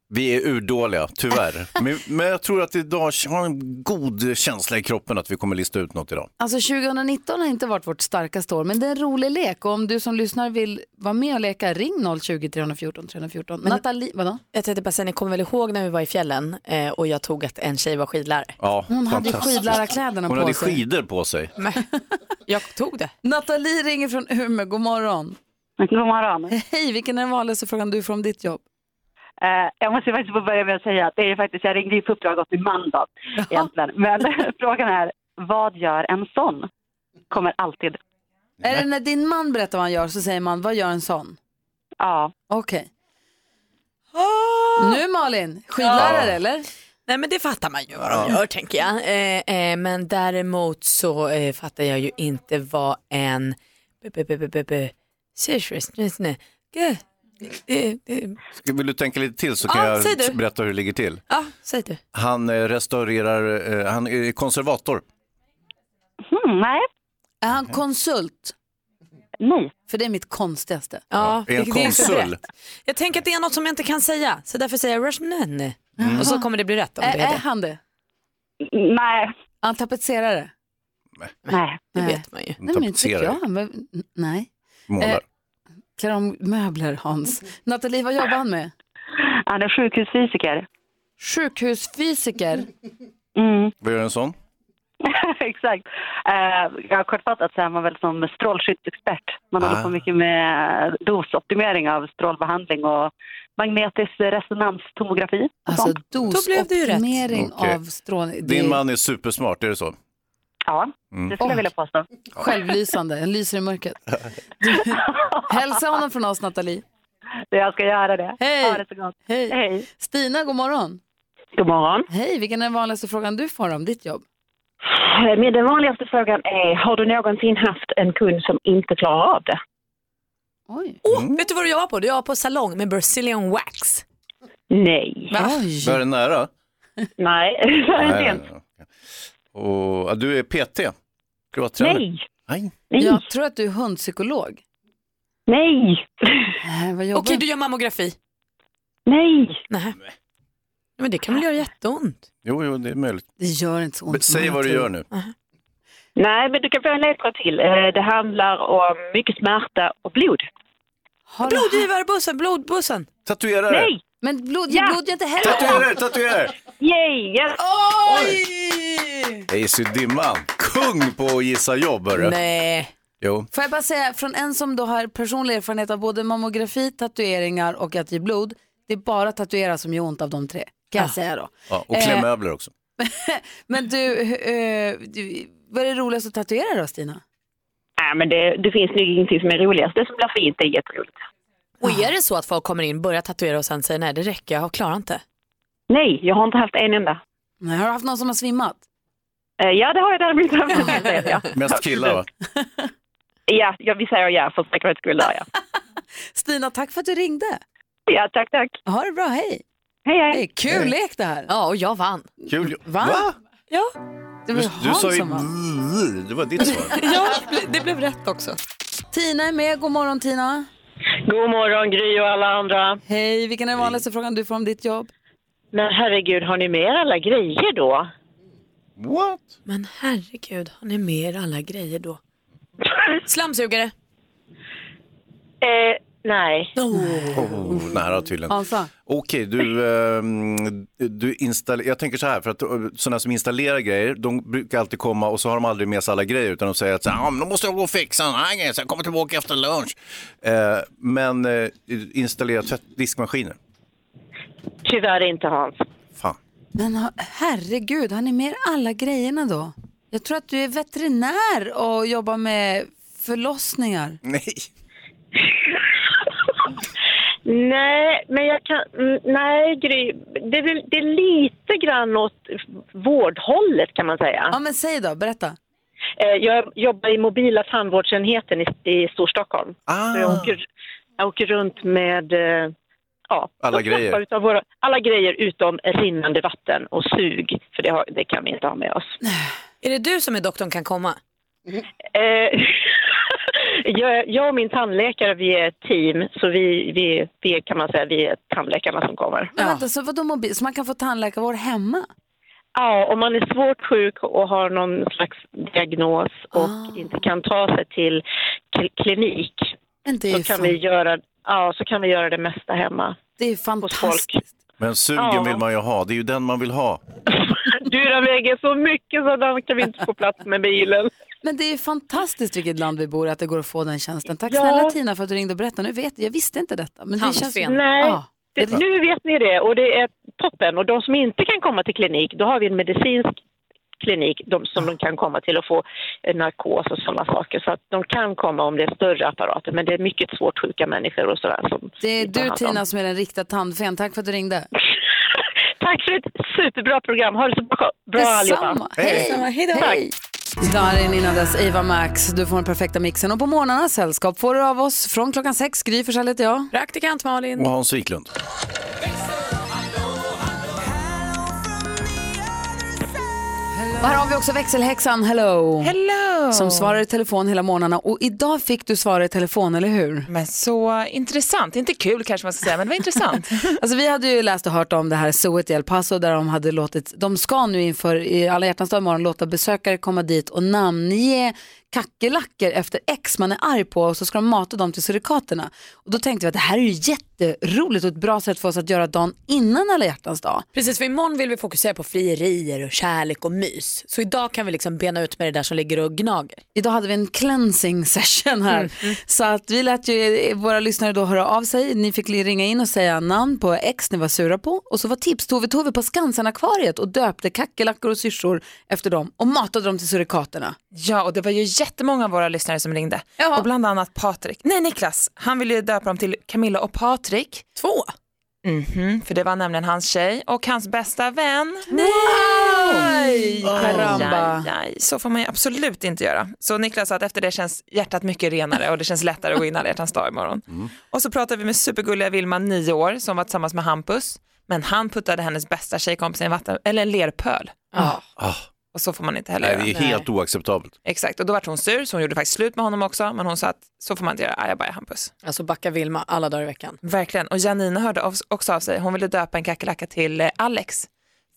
S3: Vi är urdåliga, tyvärr. Men, men jag tror att idag har en god känsla i kroppen att vi kommer lista ut något idag.
S1: Alltså 2019 har inte varit vårt starkaste år, men det är en rolig lek. Och om du som lyssnar vill vara med och leka, ring 020 314 314. Men... Nathalie, vadå?
S4: Jag tänkte bara säga, ni kommer väl ihåg när vi var i fjällen eh, och jag tog att en tjej var skidlärare?
S3: Ja,
S1: Hon hade ju
S3: fantastiskt.
S1: skidlärarkläderna
S3: Hon
S1: på
S3: hade
S1: sig.
S3: skidor på sig.
S4: Jag tog det.
S1: Nathalie ringer från Umeå, god morgon.
S12: God morgon.
S1: Hej, vilken är den vanligaste frågan du får om ditt jobb?
S12: Eh, jag måste faktiskt få börja med att säga att det är faktiskt, jag ringde ju på uppdrag åt min man då, egentligen. Men <laughs> frågan är, vad gör en sån? Kommer alltid.
S1: Är det när din man berättar vad han gör så säger man, vad gör en sån?
S12: Ja.
S1: Okej.
S4: Ah.
S1: Nu Malin, skidlärare eller?
S4: Nej men det fattar man ju vad de gör tänker jag. Eh, eh, men däremot så eh, fattar jag ju inte vad en... Serious, nej. Gud. Eh, eh,
S3: Ska- Vill du tänka lite till så kan
S4: Ja, säg du.
S3: jag berätta hur det ligger till.
S4: Ja, säg du.
S3: Han eh, restaurerar, eh, han är konservator.
S12: Hmm, nej.
S1: Är han konsult?
S12: Nej.
S1: För det är mitt konstigaste.
S4: Ja,
S3: är en
S4: det- det inte
S3: konsul.
S4: rätt. Jag tänker att det är något som jag inte kan säga, så därför säger jag Rushman. Och så kommer det bli rätt om det
S1: Är,
S4: är
S1: är
S4: det.
S1: han det? Är
S12: Nej.
S1: han tapetserare?
S12: Nej.
S4: Det
S1: Nej.
S4: vet man ju.
S3: Han
S1: Nej, men inte tycker
S3: tapetserar,
S1: jag. Men, nej.
S3: målar.
S1: Eh, Klär om möbler, Hans. Nathalie, vad jobbar han med?
S12: <laughs> Han är sjukhusfysiker.
S1: Sjukhusfysiker.
S12: Mm.
S3: Vad gör en sån?
S12: <laughs> Exakt. Eh, ja, kortfattat så är man väl som strålskyddsexpert. Man
S3: Ah.
S12: håller på mycket med dosoptimering av strålbehandling och magnetisk resonanstomografi. och
S1: Alltså
S12: sånt.
S4: blev det ju rätt.
S1: dosoptimering
S3: Okej.
S1: av strålning. Det
S3: Din
S1: är
S3: man är supersmart, är det så? Mm.
S12: Ja, det skulle jag vilja påstå.
S1: självlysande, den lyser i mörkret. Hälsa honom från oss, Nathalie.
S12: Jag ska göra det.
S1: Hej.
S12: Ha det så gott.
S1: Hej.
S12: Hej.
S1: Stina, god morgon.
S13: God morgon.
S1: Hej, vilken är den vanligaste frågan du får om ditt jobb?
S14: Men Eh, den vanligaste frågan är, har du någonsin haft en kund som inte klarar av det? Mm.
S4: Oh, vet du vad jag var på? Jag var på salong med Brazilian wax.
S14: Nej.
S3: Var det nära?
S4: <laughs>
S14: Nej, det är inte ens.
S3: Och, ja, du är PT? Gråttränare?
S1: Nej.
S3: Nej.
S1: Jag tror att du är hundpsykolog.
S14: Nej.
S1: vad jobbar
S4: Okej, du gör mammografi.
S14: Nej.
S4: Nej. Men det kan väl göra jätteont?
S3: Jo, jo, det är möjligt.
S1: Det gör inte så
S3: ont. Säg vad du gör nu.
S14: Nej, men du kan få en ledtråd till. Eh, Det handlar om mycket smärta och blod.
S4: Blodgivarbussen, blodbussen.
S3: Tatuerare.
S14: Nej.
S1: Men blod,
S4: Ja.
S1: blod ger inte heller
S3: Tatuerare, tatuerare.
S14: Yay!
S4: Oj!
S3: Ace i dimman. Kung på att gissa jobb, hörru.
S1: Nej.
S3: Jo.
S1: Får jag bara säga, från en som då har personlig erfarenhet av både mammografi, tatueringar och att ge blod, det är bara tatuera som gör ont av de tre, kan jag säga då. <laughs>
S3: Ja, och klä
S1: Eh,
S3: möbler också.
S1: Men du, eh, du, vad är det roligaste att tatuera då Stina?
S14: Nej, men det, det finns nog ingenting som är roligast. Det som blir fint är jätteroligt.
S4: Och är det så att folk kommer in, börjar tatuera och sen säger nej det räcker, jag klarar inte.
S14: Nej, jag har inte haft en enda.
S1: Nej, har du haft någon som har svimmat?
S14: Eh, Ja, det har jag däremot <laughs> haft. ja.
S3: <laughs> Mest killar, va?
S14: Ja, ja, vi säger ja för säkerhets skull där, ja.
S1: Stina, tack för att du ringde.
S14: Ja, tack, tack.
S1: Ha det bra, hej.
S14: Hej, hej.
S1: hej kul
S4: Hej.
S1: lek det här. Ja, och jag vann.
S3: Kul.
S1: Va? Ja. Det var
S3: Du, du
S1: han
S3: sa ju...
S1: som vann.
S3: Det var
S1: <laughs>
S3: ditt svar.
S1: ja, det blev rätt också. Tina är med. God morgon, Tina.
S14: God morgon Gry och alla andra.
S1: Hej, vilken är den vanligaste frågan du får om ditt jobb?
S14: Men herregud, har ni med er alla grejer då?
S3: What?
S4: Men herregud, har ni med er alla grejer då? Slamsugare.
S14: Eh, nej.
S3: Oh, nära tydligen.
S14: Hansa.
S3: Okej, du, ehm, du install- jag tänker så här, för att eh, sådana som installerar grejer, de brukar alltid komma och så har de aldrig med sig alla grejer utan de säger att så här, "Ja, men då måste jag gå och fixa den här grejen så jag kommer tillbaka efter lunch. Eh, men eh, installera tvätt- diskmaskiner,
S14: Tyvärr inte Hans.
S3: fan.
S1: Men ha- herregud, har ni med er alla grejerna då? Jag tror att du är veterinär och jobbar med förlossningar.
S3: Nej.
S14: Nej, men jag kan... mm, Nej, Gry. Det är, väl- det är lite grann åt vårdhållet kan man säga.
S1: Ja, men säg då, berätta.
S14: Eh, Jag jobbar i mobila tandvårdsenheten i, i Storstockholm.
S3: Ah.
S14: Så jag åker, jag åker runt med eh, ja,
S3: Alla
S14: de flesta
S3: grejer.
S14: Utav våra, alla grejer utom rinnande vatten och sug, för det, har, det kan vi inte ha med oss.
S4: Är det du som är doktorn kan komma?
S14: Eh, <laughs> jag, jag och min tandläkare, vi är ett team, så vi, vi, vi kan man säga, vi är tandläkarna som kommer.
S1: Men vänta, så vadå mobil? Så man kan få tandläkarvård hemma?
S14: Ja, om man är svårt sjuk och har någon slags diagnos och
S1: Ah.
S14: inte kan ta sig till kl- klinik
S1: Men det är
S14: så,
S1: ju
S14: kan
S1: fan-
S14: vi göra, ja, så kan vi göra det mesta hemma.
S1: Det är fantastiskt.
S3: Men sugen
S14: Ja.
S3: vill man ju ha, det är ju den man vill ha.
S14: Dyra väger så mycket så den kan vi inte få plats med bilen.
S1: Men det är fantastiskt vilket land vi bor i att det går att få den tjänsten. Tack
S14: Ja.
S1: snälla Tina för att du ringde och berättade. Nu vet jag, jag visste inte detta. Men det känns...
S14: Nej,
S1: Ja.
S14: det, nu vet ni det och det är toppen. Och de som inte kan komma till klinik, då har vi en medicinsk klinik de, som de kan komma till och få eh, narkos och sådana saker. Så att de kan komma om det är större apparater, men det är mycket svårt sjuka människor och sådär. Som
S1: Det är
S14: vi tar
S1: du
S14: hand om.
S1: Tina som är den riktiga tandfen. Tack för att du ringde.
S14: Tack för ett superbra program. Ha det så bra, bra allihopa.
S1: Detsamma. Hej. Hej. Darin innan dess Eva Max. Du får den perfekta mixen. Och på morgnarnas sällskap får du av oss från klockan sex. Gry Forssell heter jag.
S4: Praktikant Malin.
S3: Och Hans Wiklund.
S1: Och här har vi också växelhäxan Hello.
S6: Hello.
S1: Som svarar i telefon hela morgnarna. Och idag fick du svara i telefon, eller hur?
S6: Men så intressant, inte kul kanske man ska säga, men det var intressant.
S1: Alltså vi hade ju läst och hört om det här zooet i El Paso där de hade låtit, de ska nu inför i alla hjärtans dag imorgon låta besökare komma dit och namnge kackerlackor efter ex man är arg på och så ska de mata dem till surikaterna. Och då tänkte vi att det här är ju jätteroligt och ett bra sätt för oss att göra dagen innan alla hjärtans dag.
S4: Precis, för imorgon vill vi fokusera på frierier och kärlek och mys. Så idag kan vi liksom bena ut med det där som ligger och gnager.
S1: Idag hade vi en cleansing session här. Så att vi lät ju eh, våra lyssnare då höra av sig. Ni fick ringa in och säga namn på ex ni var sura på. Och så var tips Tove-Tove på Skansen-akvariet och döpte kackerlackor och syrsor efter dem och matade dem till surikaterna.
S6: Ja, och det var ju jättemånga av våra lyssnare som ringde. Och bland annat Patrik, nej Niklas, han ville ju döpa dem till Camilla och Patrik.
S4: Två?
S6: Mhm, för det var nämligen hans tjej och hans bästa vän.
S1: Aj,
S6: Nej!
S1: caramba.
S6: Aj, aj, aj. Så får man ju absolut inte göra. Så Niklas sa att efter det känns hjärtat mycket renare och det känns lättare att gå in alla hjärtans dag imorgon.
S3: Mm.
S6: Och så pratade vi med supergulliga Vilma, nio år, som var tillsammans med Hampus. Men han puttade hennes bästa tjejkompis i en, vatten, eller en lerpöl.
S3: Ah,
S6: Och så får man inte heller
S3: nej,
S6: göra.
S3: det är helt oacceptabelt.
S6: Exakt, och då vart hon sur så hon gjorde faktiskt slut med honom också. Men hon sa att så får man inte göra, arga bara Hampus.
S4: Alltså backa Vilma alla dagar i veckan.
S6: Verkligen, och Janina hörde av- också av sig. Hon ville döpa en kackerlacka till eh, Alex.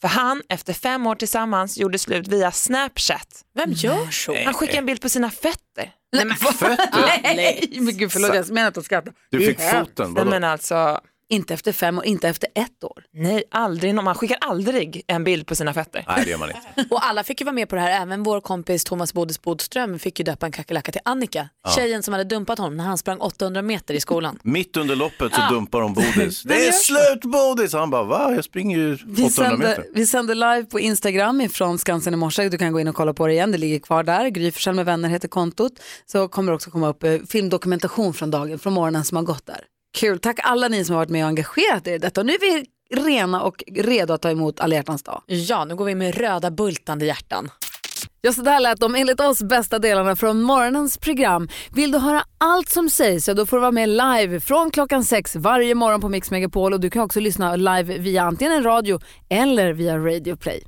S6: För han, efter fem år tillsammans, gjorde slut via Snapchat.
S4: Vem gör så?
S6: Han skickade en bild på sina fötter.
S1: Nej, men
S6: <laughs>
S1: fötter? Nej, men gud förlåt, jag menar inte att skratta.
S3: Du fick foten, vadå?
S6: Nej, men alltså,
S1: Inte efter fem och inte efter ett år.
S6: nej, aldrig. någon- Man skickar aldrig en bild på sina fötter.
S3: Nej, det gör man inte.
S4: Och alla fick ju vara med på det här, även vår kompis Thomas Bodis Bodström fick ju döpa en kackerlacka till Annika,
S3: Ja.
S4: tjejen som hade dumpat honom när han sprang 800 meter i skolan.
S3: Mitt under loppet så
S14: Ah.
S4: Ja.
S3: dumpar
S14: <laughs>
S3: de Bodis. Det är slut Bodis! Han bara, va? Jag springer ju
S1: Vi
S3: 800 meter.
S1: sänder, vi sänder live på Instagram ifrån Skansen i morse. Du kan gå in och kolla på det igen. Det ligger kvar där. Gry Forssell med vänner heter kontot. Så kommer det också komma upp eh, filmdokumentation från dagen, från morgonen som har gått där. Kul. Tack alla ni som har varit med och engagerat er i detta. Och nu är vi rena och redo att ta emot alla hjärtans dag.
S4: Ja, nu går vi med röda bultande hjärtan.
S1: Ja, så där lät de enligt oss bästa delarna från morgonens program. Vill du höra allt som sägs så då får du vara med live från klockan sex varje morgon på Mix Megapol och du kan också lyssna live via antingen en radio eller via Radio Play.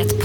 S2: Ett